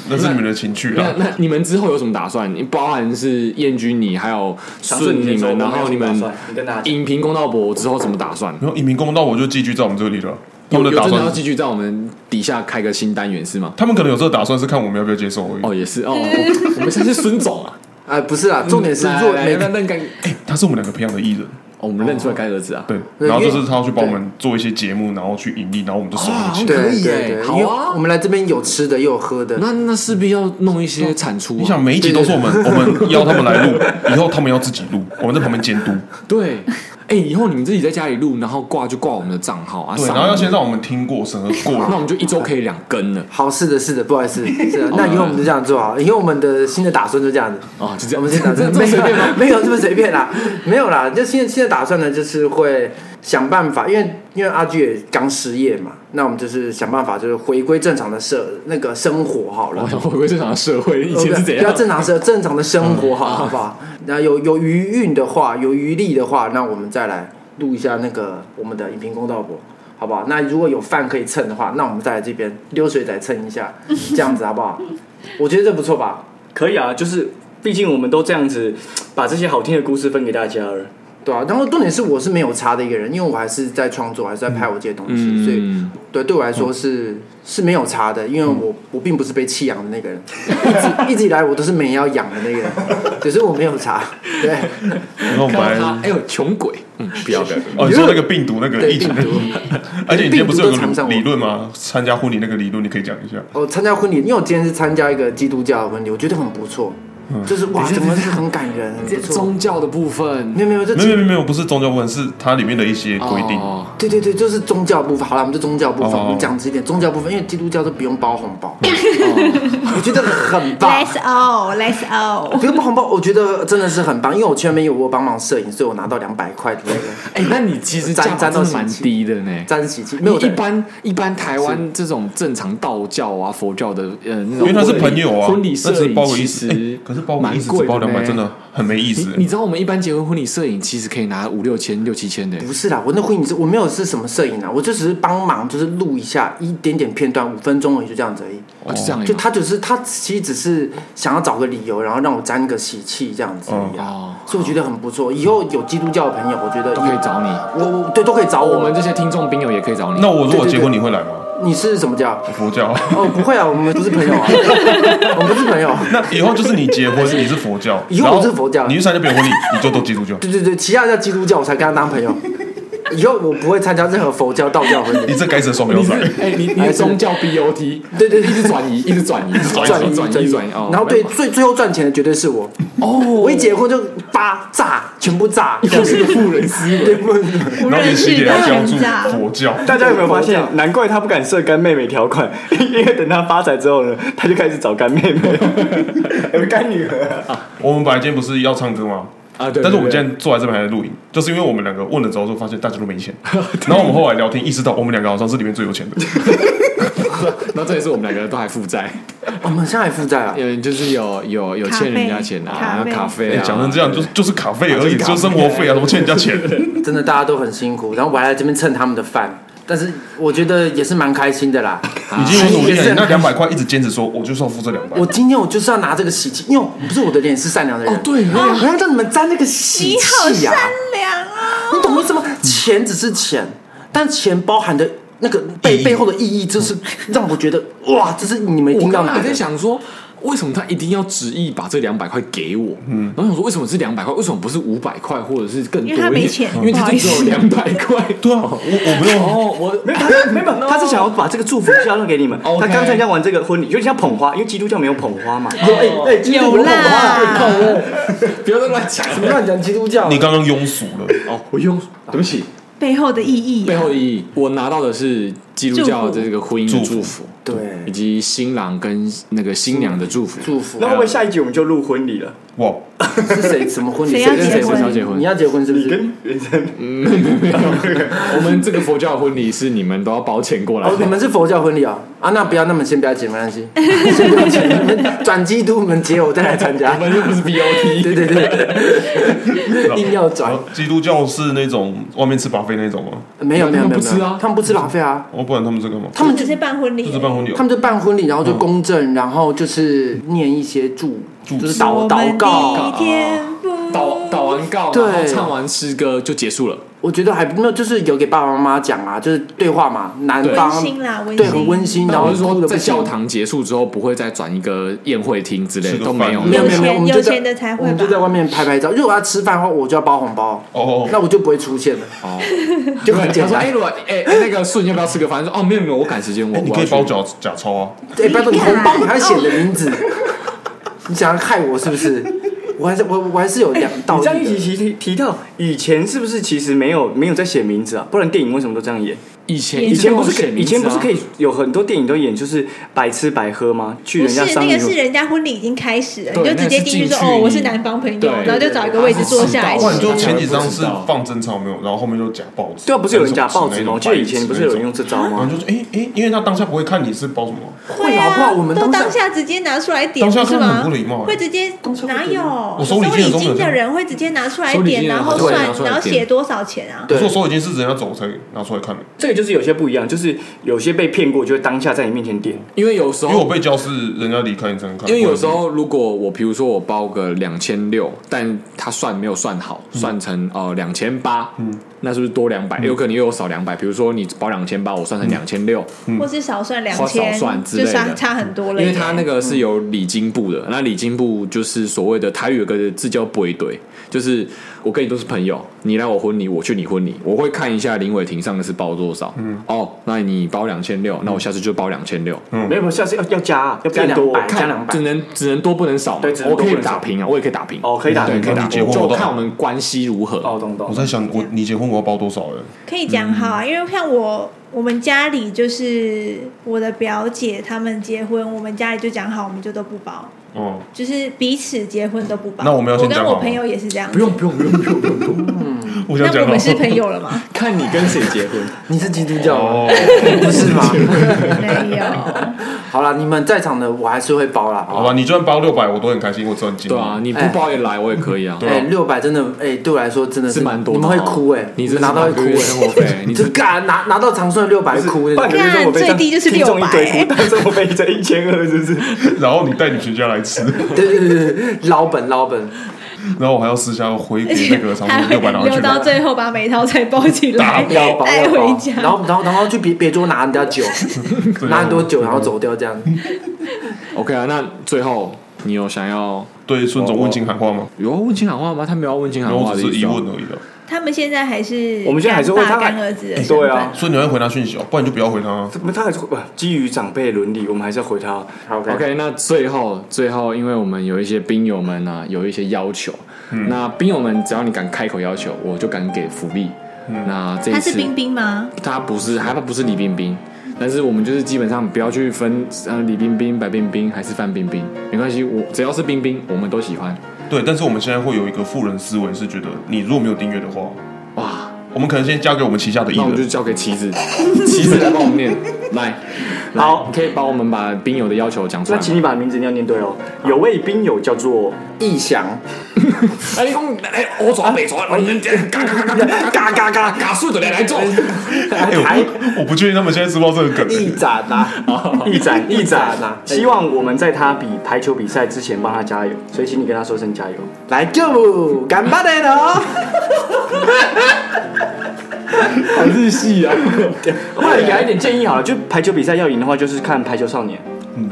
B: 那是你们的情趣
D: 那
B: 啦。
D: 那你们之后有什么打算？包含是燕君你，还有顺你们，然后你们
E: 你跟大家
D: 影评公道博之后怎么打算？
B: 然后移民公道，我就寄居在我们这里了。他
D: 有
B: 们
D: 有
B: 的打
D: 真的要
B: 算
D: 继，续在我们底下开个新单元是吗？
B: 他们可能有这个打算，是看我们要不要接受而已。
D: 哦，也是 哦，我我们现在是孙总啊，
F: 啊，不是啦，重点是
D: 来
F: 做
D: 嗯来
F: 每
D: 来那那感哦
B: 他是我们两个培养的艺人，
D: 哦，我们认出来该儿子啊，
B: 对，
F: 对
B: 然后就
F: 因
B: 是
F: 为
B: 他要去帮我们做一些节目，然后去盈利，然后我们就收
D: 啊
B: 了钱。
F: 对
D: 可以
F: 对
D: 耶
F: 对，
D: 好啊
F: 因为我们来这边有吃的，也有喝的。
D: 那那势必要弄一些产出、啊。
B: 你想每一集都是我们，我们邀他们来录，以后他们要自己录，我们在旁边监督。
D: 对，哎、以后你们自己在家里录，然后挂就挂我们的账号啊，
B: 对，
D: 上
B: 然后要先让我们听过、审核
D: 那我
B: 过，
D: 们就一周可以两更了
F: 好，是的，是的，不好 意思，是
D: 哦
F: 的。那以后我们就这样做好了，以后我们的新的打算就这样子。
D: 啊，就这样，
F: 我们先打算
D: 这么随便吗？
F: 没有没有这么随便啦，没有啦，就现在现在打算呢，就是会想办法，因为因为阿居也刚失业嘛，那我们就是想办法，就是回归正常的社那个生活好了
D: 我。想回归正常的社会，以
F: 不
D: 前
F: 要
D: 是怎样？嗯
F: 正 常生正常的生活好，好不好？那有有余韵的话，有余力的话，那我们再来录一下那个我们的影评公道博，好不好？那如果有饭可以蹭的话，那我们再来这边溜水仔蹭一下，这样子好 不好？我觉得这不错吧？
G: 可以啊，就是毕竟我们都这样子把这些好听的故事分给大家了。
F: 对啊，然后重点是我是没有差的一个人，因为我还是在创作，还是在拍我这些东西，所以
D: 嗯，
F: 对对我来说是、是没有差的，因为我我并不是被弃养的 那个人，一直一直以来我都是没人要养的那个人，只是我没有差，对。
B: 然后我
D: 看
B: 们
D: 到
B: 来
D: 他，哎呦，穷鬼，嗯，不要不要，
B: 哦，你说那个病毒那个
F: 对
B: 疫情
F: 病，毒
B: 而且你今天不是有
F: 病毒都缠不上
B: 个
F: 我
B: 理论吗？参加婚礼那个理论，你可以讲一下。
F: 我哦参加婚礼，因为我今天是参加一个基督教的婚礼，我觉得很不错，
B: 嗯
F: 就是哇，整个是很感人，很
D: 这
F: 不错。
D: 宗教的部分
F: 没有没有，这
B: 没有没有没有，不是宗教部分，是它里面的一些规定。
D: 哦
F: 对对对，就是宗教部分。好了，我们就宗教部分，
B: 哦
F: 我们讲直一点，宗教部分，因为基督教都不用包红 包，我觉得 很棒。
A: Let's all，Let's all。
F: 不用包红包，我觉得真的是很棒，因为我前面有我帮忙摄影，所以我拿到两百块的那个
D: 哎、那你其实
F: 沾
D: 价
F: 沾到
D: 真的蛮
F: 喜气
D: 低的呢。
F: 沾喜气，没
D: 没
F: 有
D: 有一
F: 的
D: 般一般台湾这种正常道教啊、佛教的呃那
B: 因为
D: 种婚礼，
B: 他是朋友啊，
D: 婚礼
B: 那只
D: 摄
B: 是
D: 影
B: 包个
D: 其
B: 意
D: 实
B: 思，哎可是包个
D: 蛮
B: 意思只
D: 贵
B: 包两百，
D: 呢
B: 真的很没意思
D: 你。你知道我们一般结婚婚礼摄影其实可以拿五六千、六七千的，
F: 不是啦，我那婚礼是我没有是什么摄影啊，我就只是帮忙，就是录一下一点点片段，五分钟而已，就这样子而已。
D: 哦就这样而已
F: 就
D: 嘛
F: 他只是他其实只是想要找个理由，然后让我沾个喜气这样子而已啊、
D: 哦
F: 所以我觉得很不错。以后有基督教的朋友，我觉得
D: 都可以
F: 以
D: 找你。
F: 我我对都可以找我
D: 我们这些听众兵友也可以找你。
B: 那我如
F: 对
B: 果
F: 对
B: 结
F: 对
B: 婚，你会来吗？
F: 你是什么教？
B: 佛教，
F: 哦，不会啊，我们不是朋友啊，我们不是朋友。啊
B: 那以后就是你结婚，你是佛教，
F: 以后
B: 然
F: 我是佛教
B: 你去参加别人婚礼，你就都基督教，
F: 对对对，其他叫基督教，我才跟他当朋友。以后我不会参加任何佛教、道教婚
B: 你
F: 礼。
B: 这该死的双标
D: 你是
B: 仔。
D: 哎、你你
F: 还
D: 的
F: 是
D: 宗教 BOT，
F: 对对对
D: 一直转移，一直 转移，一 直
B: 转移
D: 转移，
F: 转移
D: 转移，转移。哦
F: 然后对，最最后赚钱的绝对是我。
D: 哦，
F: 我
D: 我
F: 一结婚就扒炸，全部炸，
D: 又是个富人思维。
A: 不
B: 然后
A: 认
B: 你
A: 识
B: 细节
A: 的
B: 要标
A: 人
B: 注
A: 渣，
B: 佛教，
G: 大家有没有发
F: 哦
G: 现？难怪他不敢设干妹妹条款，因为等他发财之后呢，他就开始找干妹妹，有哎干女儿、啊。
B: 我们本来今天不是要唱歌吗？
D: 啊，对。
B: 但是我们今
D: 对对
B: 天坐在这边还在录影，就是因为我们两个问了之后，就发现大家都没钱。 然后我们后来聊天，意识到我们两个好像是里面最有钱的。
D: 然后这也是我们两个人都还负债，
F: 我们现在还负债啊。
D: 有人就是有有有欠人家钱啊，
A: 咖啡
D: 然后咖啡
B: 哎
D: 啊，
B: 讲成这样，就是就是卡费而
D: 就是
B: 已，
D: 卡
B: 就生活费啊，怎么欠人家钱？
F: 真的大家都很辛苦，然后我还来这边蹭他们的饭，但是我觉得也是蛮开心的啦。
B: 已经有
D: 啊
B: 努力
F: 也是
B: 了，
F: 很
B: 你那两百块一直坚持说，我就是要付这两百
F: 我。今天我就是要拿这个喜气，因为我不是我的脸是善良
B: 哦
F: 的人，对，我要让你们沾那个喜
A: 你好
F: 气呀、啊
A: 善良啊！
F: 你懂意思吗？钱只是钱，但钱包含的那个
B: 意
F: 背
B: 义嗯
F: 背后的意义，就是让我觉得哇，这是你们一
D: 我
F: 定要
D: 刚刚
F: 拿
D: 还在
F: 的。
B: 哦
D: 想说，为什么他一定要执意把这两百块给我？嗯，然后想说为什么是两百块，为什么不是五百块或者是更多一点？
A: 因为他没钱
D: 因为他就只有两百块。
B: 对啊，我我没有，
D: 哦，我
G: 没有，他没有，他是想要把这个祝福加赠给你们。
D: OK
G: 他刚参加完这个婚礼，有点像捧花，因为基督教没有捧花嘛。
F: 有哎哎，基督
A: 有
F: 有
A: 啦，
D: 不要再乱讲了。
F: 乱讲基督教，
B: 啊你刚刚庸俗了。
D: 哦，我用对不起，
A: 背后的意义啊，
D: 背后的意义，我拿到的是基督教的这个婚姻的
B: 祝
D: 祝
B: 福
D: 福，
F: 对
D: 以及新郎跟那个新娘的祝福。
F: 祝 福
B: 啊
G: 那会不会下一集我们就录婚礼了？
B: 哇，
F: 是谁什么婚礼？
A: 谁要
F: 跟
A: 结婚
D: 谁要结婚
F: 你要结婚是不
G: 你
F: 是？
G: 跟人生
D: 我们这个佛教婚礼是你们都要包钱过来
F: 哦，你
D: 的。
F: 们是佛教婚礼啊？啊，那不要，那么先不要结，没关系， 先不要结，你们转基督，你们结我再来参加
D: 我。们又不是 BOT，
F: 对对对， 硬要转
B: 然后基督教是那种外面吃巴菲那种吗？
F: 没有没有
D: 他们
F: 没有，
D: 不吃啊
F: 他们不吃拉菲啊，
B: 哦，不然他们这干嘛？
F: 他们
A: 只
F: 就是
A: 办婚礼
B: 就，是办婚礼哦
F: 他。们就办婚礼，然后就公证，然后就是念一些祝，
B: 祝
D: 嗯
F: 就是
B: 词
F: 祷祷告
A: 我们。第一天不
D: 祷祷完告，
F: 对
D: 然后唱完诗歌就结束了。
F: 我觉得还没有，就是有给爸爸妈妈讲啊，就是对话嘛，男方
A: 温馨啦，温
F: 对很温
A: 馨。
F: 馨，然
D: 那
F: 后
D: 我是
F: 哭
D: 说，
F: 得
D: 在
F: 不
D: 教
F: 行。
D: 堂结束之后，不会再转一个宴会厅之类
B: 吃个
D: 都没有
B: 饭。
F: 没有
A: 有
F: 没有没有，
A: 钱
F: 我们就
A: 有
F: 在
A: 钱的才
F: 我
A: 会
F: 们就在
A: 吧。
F: 外面拍拍照。如果我要吃饭的话，我就要包红包，
B: 哦，
F: 那我就不会出现了，
D: 哦，
F: 就很
D: 他
F: 简
D: 说：“哎，
F: 单。
D: 如果哎哎那个顺要不要吃个饭？”说：“哦，没有没有，我赶时间，我
B: 哎，你
D: 我
B: 可
D: 要
B: 以包
D: 去。
B: 假假钞啊，
F: 哎，拜托你红包你还要写你的名字，你想要害我是不是？我还是我我还是有两道
G: 你这样
F: 理
G: 一
F: 的。
G: 提提提到以前是不是其实没有没有在写名字啊？不然电影为什么都这样演？”
D: 以前
G: 以前不是可
D: 写
F: 啊
G: 以以前不是可
D: 以
G: 以有很多电影都演就是白吃白喝吗？去
A: 不
G: 人
A: 是
G: 家商
A: 那
G: 业
A: 个是人家婚礼已经开始了，你
D: 对
A: 就直接进去说
D: 那个是进去
A: 哦，我是男方朋友
D: 对，
A: 然后就找一个位置坐下来
B: 不
D: 对对
B: 然
D: 对
A: 吃。
B: 就前几张是放真钞没有，然后后面就假报纸。
G: 对啊，不是有人假报纸吗？我记得以前不是有人用
B: 这，
G: 这招
B: 然
G: 吗
B: 后？就说哎哎，因为他当下不会看你是包什么，
A: 对
F: 会好不
A: 啊，
F: 好我们
A: 都
F: 当下
A: 当下直接拿出来点，
B: 当下
A: 不是
B: 看
A: 吗？
B: 很不礼貌。
A: 会直接哪有？
B: 我
A: 收
B: 收礼金的时候
A: 金
B: 没有
A: 的人会直接拿出来
D: 收礼金
A: 点，
D: 的人
A: 然后
D: 好像会
A: 算
D: 拿出，来
A: 然后
D: 点
A: 写多少钱啊？
B: 我说所有件事人家走才拿出来看的，
G: 这个就是有些不一样，就是有些被骗过，就会当下在你面前点。
D: 啊因为有时
B: 因为我
D: 候。
B: 被教是人家离开你才
G: 呃
B: 能看，
D: 因为有时候，如果我比如说我包个两千六，但他算没有算好，
G: 嗯
D: 算成哦两千八，嗯，那是不是多两百？有可能又有少两百。比如说你包两千八，我
G: 嗯
D: 算成两千六，
A: 或是少算两
D: 或少
A: 千，
D: 算之类
A: 就
D: 的
A: 差差很多了
D: 因
A: 耶。
D: 为他那个是有礼金部
G: 嗯
D: 的，那礼金部就是所谓的台语有个字叫“不对”，就是我跟你都是朋友，你来我婚礼，我去你婚礼，我会看一下林伟霆上次包多少。嗯，哦，那你包两千
G: 嗯
D: 六，那我下次就包两千六，
G: 没有，没有，下次要要加啊，要
F: 嗯加
G: 变多
F: 200
G: 哦，
F: 加两
D: 只
F: 百。
D: 能只能多不能少嘛。
G: 对只能
D: 我
G: 多不
D: 可
G: 能
D: 以
G: 少
D: 打平啊，我也可以打平。
G: 哦，可以打
F: 嗯
D: 对，
G: 平
D: 可以打
B: 你结
D: 平，
B: 婚
D: 就
B: 我都
D: 看我们关系如何。
G: 哦，懂懂
B: 我。在想我你结婚我要包多少哎，
A: 可以讲好
D: 嗯
A: 啊，因为像我我们家里就是我的表姐他们结婚，我们家里就讲好，我们就都不包，
B: 哦，
A: 就是彼此结婚都不包。
B: 那我们要先
A: 跟
B: 讲好
A: 我
B: 吗
A: 朋友也是这样，
D: 不用不用不用不用不用，
B: 哦我想
A: 那
B: 讲啊
A: 我
B: 好
A: 们是朋友了吗？
D: 看你跟谁结婚。
F: 你是基督教吗？
B: 哦，
F: 不是吗？
A: 没有，
F: 好了，你们在场的我还是会包 啦。
B: 好吧，你就算包六百我都很开心，我都很惊讶
D: 对啊，，你不包也来，我也可以啊。
F: 哎，六百真的，哎，对我来说真的
D: 是蛮多
F: 你
D: 的
F: 们
D: 哦，
F: 会哭哎，
D: 你真是
F: 拿到会哭
D: 蛮多的生活
F: 哎，
D: 费，你
F: 就
D: 这
F: 干拿拿到长顺六百哭那
G: 半个。
F: 种
G: 月生活费这样
A: 最低就是
G: 听众一堆
A: 600
G: 孤单生活费才一千二，是不 是？
B: 然后你带你全家来吃，
F: 对对对对，对捞本捞本，
B: 然后我还要私下回给那 个长
A: 还
B: 度六百，然后
A: 留
B: 去
A: 到
B: 买。
A: 最后把每一套菜包起
B: 打
A: 来
F: 要包
A: 带
F: 要
A: 回
F: 包，
A: 家。
F: 然后然后然后去别别桌拿人家酒，
B: 对
F: 拿很多酒然后走掉这样。
D: OK 啊。那最后你有想要
B: 对孙总问情喊话吗？
D: 有要问情感话吗？他没有要问情
B: 然
D: 感
B: 后
D: 话
B: 我
D: 的
B: 只是疑
D: 意思、
B: 问
D: 哦。
B: 而已啊的，
A: 他们现在还是
G: 我们现在还是会
A: 干爸
G: 他还
A: 干儿子的身份
G: 对啊，
B: 所以你要回他讯息哦，不然你就不要回他啊。
G: 怎么他还是会哇基于长辈伦理，我们还是要回他。
D: OK，那最后最后，因为我们有一些兵友们啊，有一些要求。那兵友们，只要你敢开口要求，我就敢给福利。那这一
A: 他
D: 次
A: 是冰冰吗？
D: 他不是，他不是李冰冰，但是我们就是基本上不要去分呃李冰冰、白冰冰还是范冰冰，没关系，我只要是冰冰，我们都喜欢。
B: 对，但是我们现在会有一个富人思维，是觉得你如果没有订阅的话，
D: 哇，
B: 我们可能先交给我们旗下的艺
D: 那我们就
B: 人。
D: 交给棋子， 棋子来帮我们念，来，来
G: 好
D: 你可以帮我们把兵友的要求讲出来
G: 那
D: 吗。
G: 请你把名字念念对哦。有位兵友叫做
F: 逸翔，
D: 哎，你讲哎，我抓北抓，我们嘎嘎嘎嘎嘎嘎嘎嘎顺着来来做。
B: 哎，我我不确定他们现在知不知道这个
F: 逸
B: 梗。
F: 展啊，
G: 一展 一展
F: 啊
G: 呐，希望我们在他比排球比赛之前帮他加油，所以请你跟他说声加油。
F: 来就干巴的哦。
D: 好日系啊！
G: 不然你给他一点建议好了，就排球比赛要赢的话，就是看排球少年。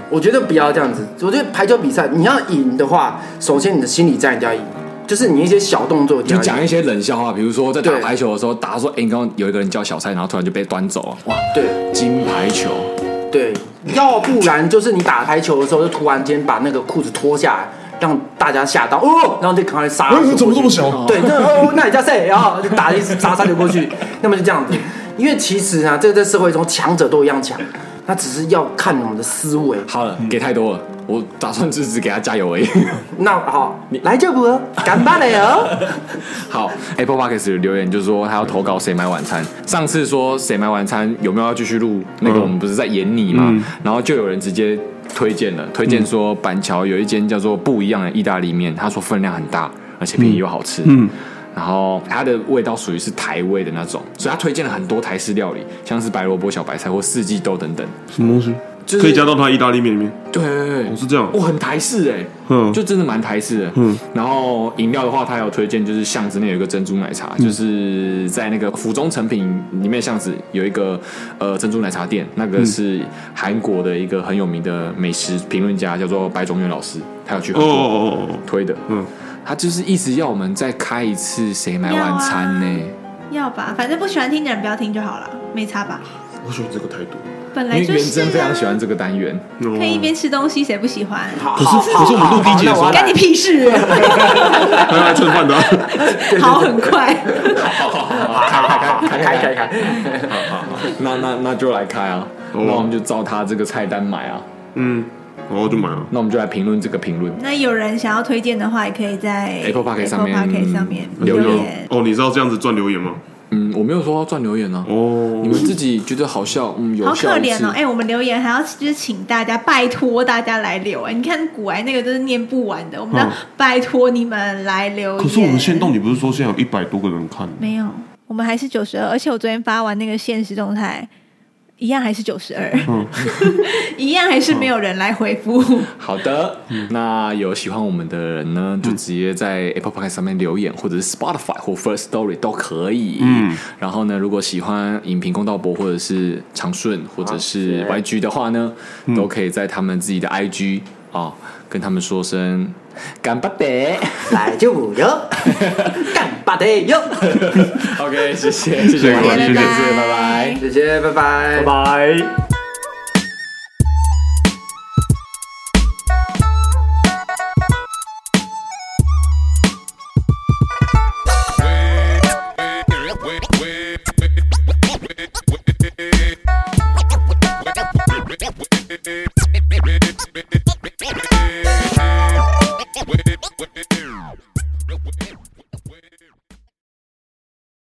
F: 我觉得不要这样子。我觉得排球比赛你要赢的话，首先你的心理战一定要赢，就是你一些小动作
D: 就
F: 就
D: 讲一些冷笑话，比如说在打
F: 对
D: 排球的时候，打说哎，你刚刚有一个人叫小蔡，然后突然就被端走了，哇，
F: 对
D: 金牌球，
F: 对，要不然就是你打排球的时候，就突然间把那个裤子脱下来，让大家吓到哦，然后就赶快杀
B: 哎
F: 手。，
B: 怎么这么小？
F: 对，那哦，那你叫谁？然后就打一杀杀流过去， 那么就这样子。因为其实啊，这个在社会中强者都一样强，那只是要看我们的思维。
D: 好
G: 嗯
D: 了，给太多了，我打算就只给他加油而已。
F: 那好，来就不干巴的哦。
D: 好，Apple Podcast 有留言就是说他要投稿谁买晚餐。上次说谁买晚餐有没有要继续录？那个我们不是在演你
B: 嗯
D: 嘛，然后就有人直接推荐了，推荐说板桥有一间叫做不一样的意大利面，他说分量很大，而且便宜又好吃。嗯。然后它的味道属于是台味的那种，所以他推荐了很多台式料理，像是白萝卜小白菜或四季豆等等。
B: 什么东西？
D: 就是
B: 可以加到他意大利面里面。
D: 对对对，
B: 哦是这样
D: 我很台式哎、
B: 嗯
D: 就真的蛮台式的。嗯，然后饮料的话，他有推荐，就是巷子内有一个珍珠奶茶，
B: 嗯
D: 就是在那个府中成品里面巷子有一个呃珍珠奶茶店，那个是韩国的一个很有名的美食评论家，叫做白种元老师，他有去
B: 哦
D: 韩国
B: 哦哦哦
D: 推的。
B: 嗯
D: 嗯，他就是一直要我们再开一次谁买晚餐呢、
A: 要啊吧，反正不喜欢听的人不要听就好了，没差吧？
B: 哦，我喜欢这个态度。
A: 本
D: 因
A: 来
D: 为
A: 就是、啊、
D: 元真非常喜欢这个单元，
B: 哦
A: 可以一边吃东西，谁不喜欢？
B: 可是可是我们录第一集的时候，
A: 干你屁事！
B: 他要来蹭饭的啊。
A: 好，很快。
D: 开开开开，好好好， 那那那就来开啊，
B: 哦
D: 那我们就照他这个菜单买啊，
B: 嗯，然后就买了。
D: 那我们就来评论这个评论。
A: 那有人想要推荐的话，也可以在
D: Apple Podcast 上面
A: Apple Podcast 上面
D: 留言
A: 留言。
B: 哦，你知道这样子赚留言吗？
D: 嗯，我没有说要赚留言啊，
B: 哦，
D: 你们自己觉得好笑，嗯，有
A: 好
D: 笑
A: 可
D: 一
A: 怜
D: 次
A: 哦！哎、我们留言还要就是请大家拜托大家来留哎、你看古癌那个都是念不完的，我们要
B: 嗯
A: 拜托你们来留言。
B: 可是我们限动，你不是说现在有一百多个人看？
A: 没有，我们还是九十二，而且我昨天发完那个现实动态，一样还是九十二，
B: 嗯
A: 一样还是没有人来回复。
D: 好的，那有喜欢我们的人呢，就直接在 Apple Podcast 上面留言，或者是 Spotify 或 First Story 都可以。嗯，然后呢，如果喜欢影评公道博或者是长顺或者是 YG 的话呢，都可以在他们自己的 IG 啊、跟他们说声干巴得。
F: 来就五哟，干巴的哟，
D: OK，谢谢，
B: 谢
D: 谢谢
B: 各
D: 各
B: 位
D: 位，
B: 谢谢
D: 拜拜。
F: 谢谢，拜拜，拜拜。
G: 拜。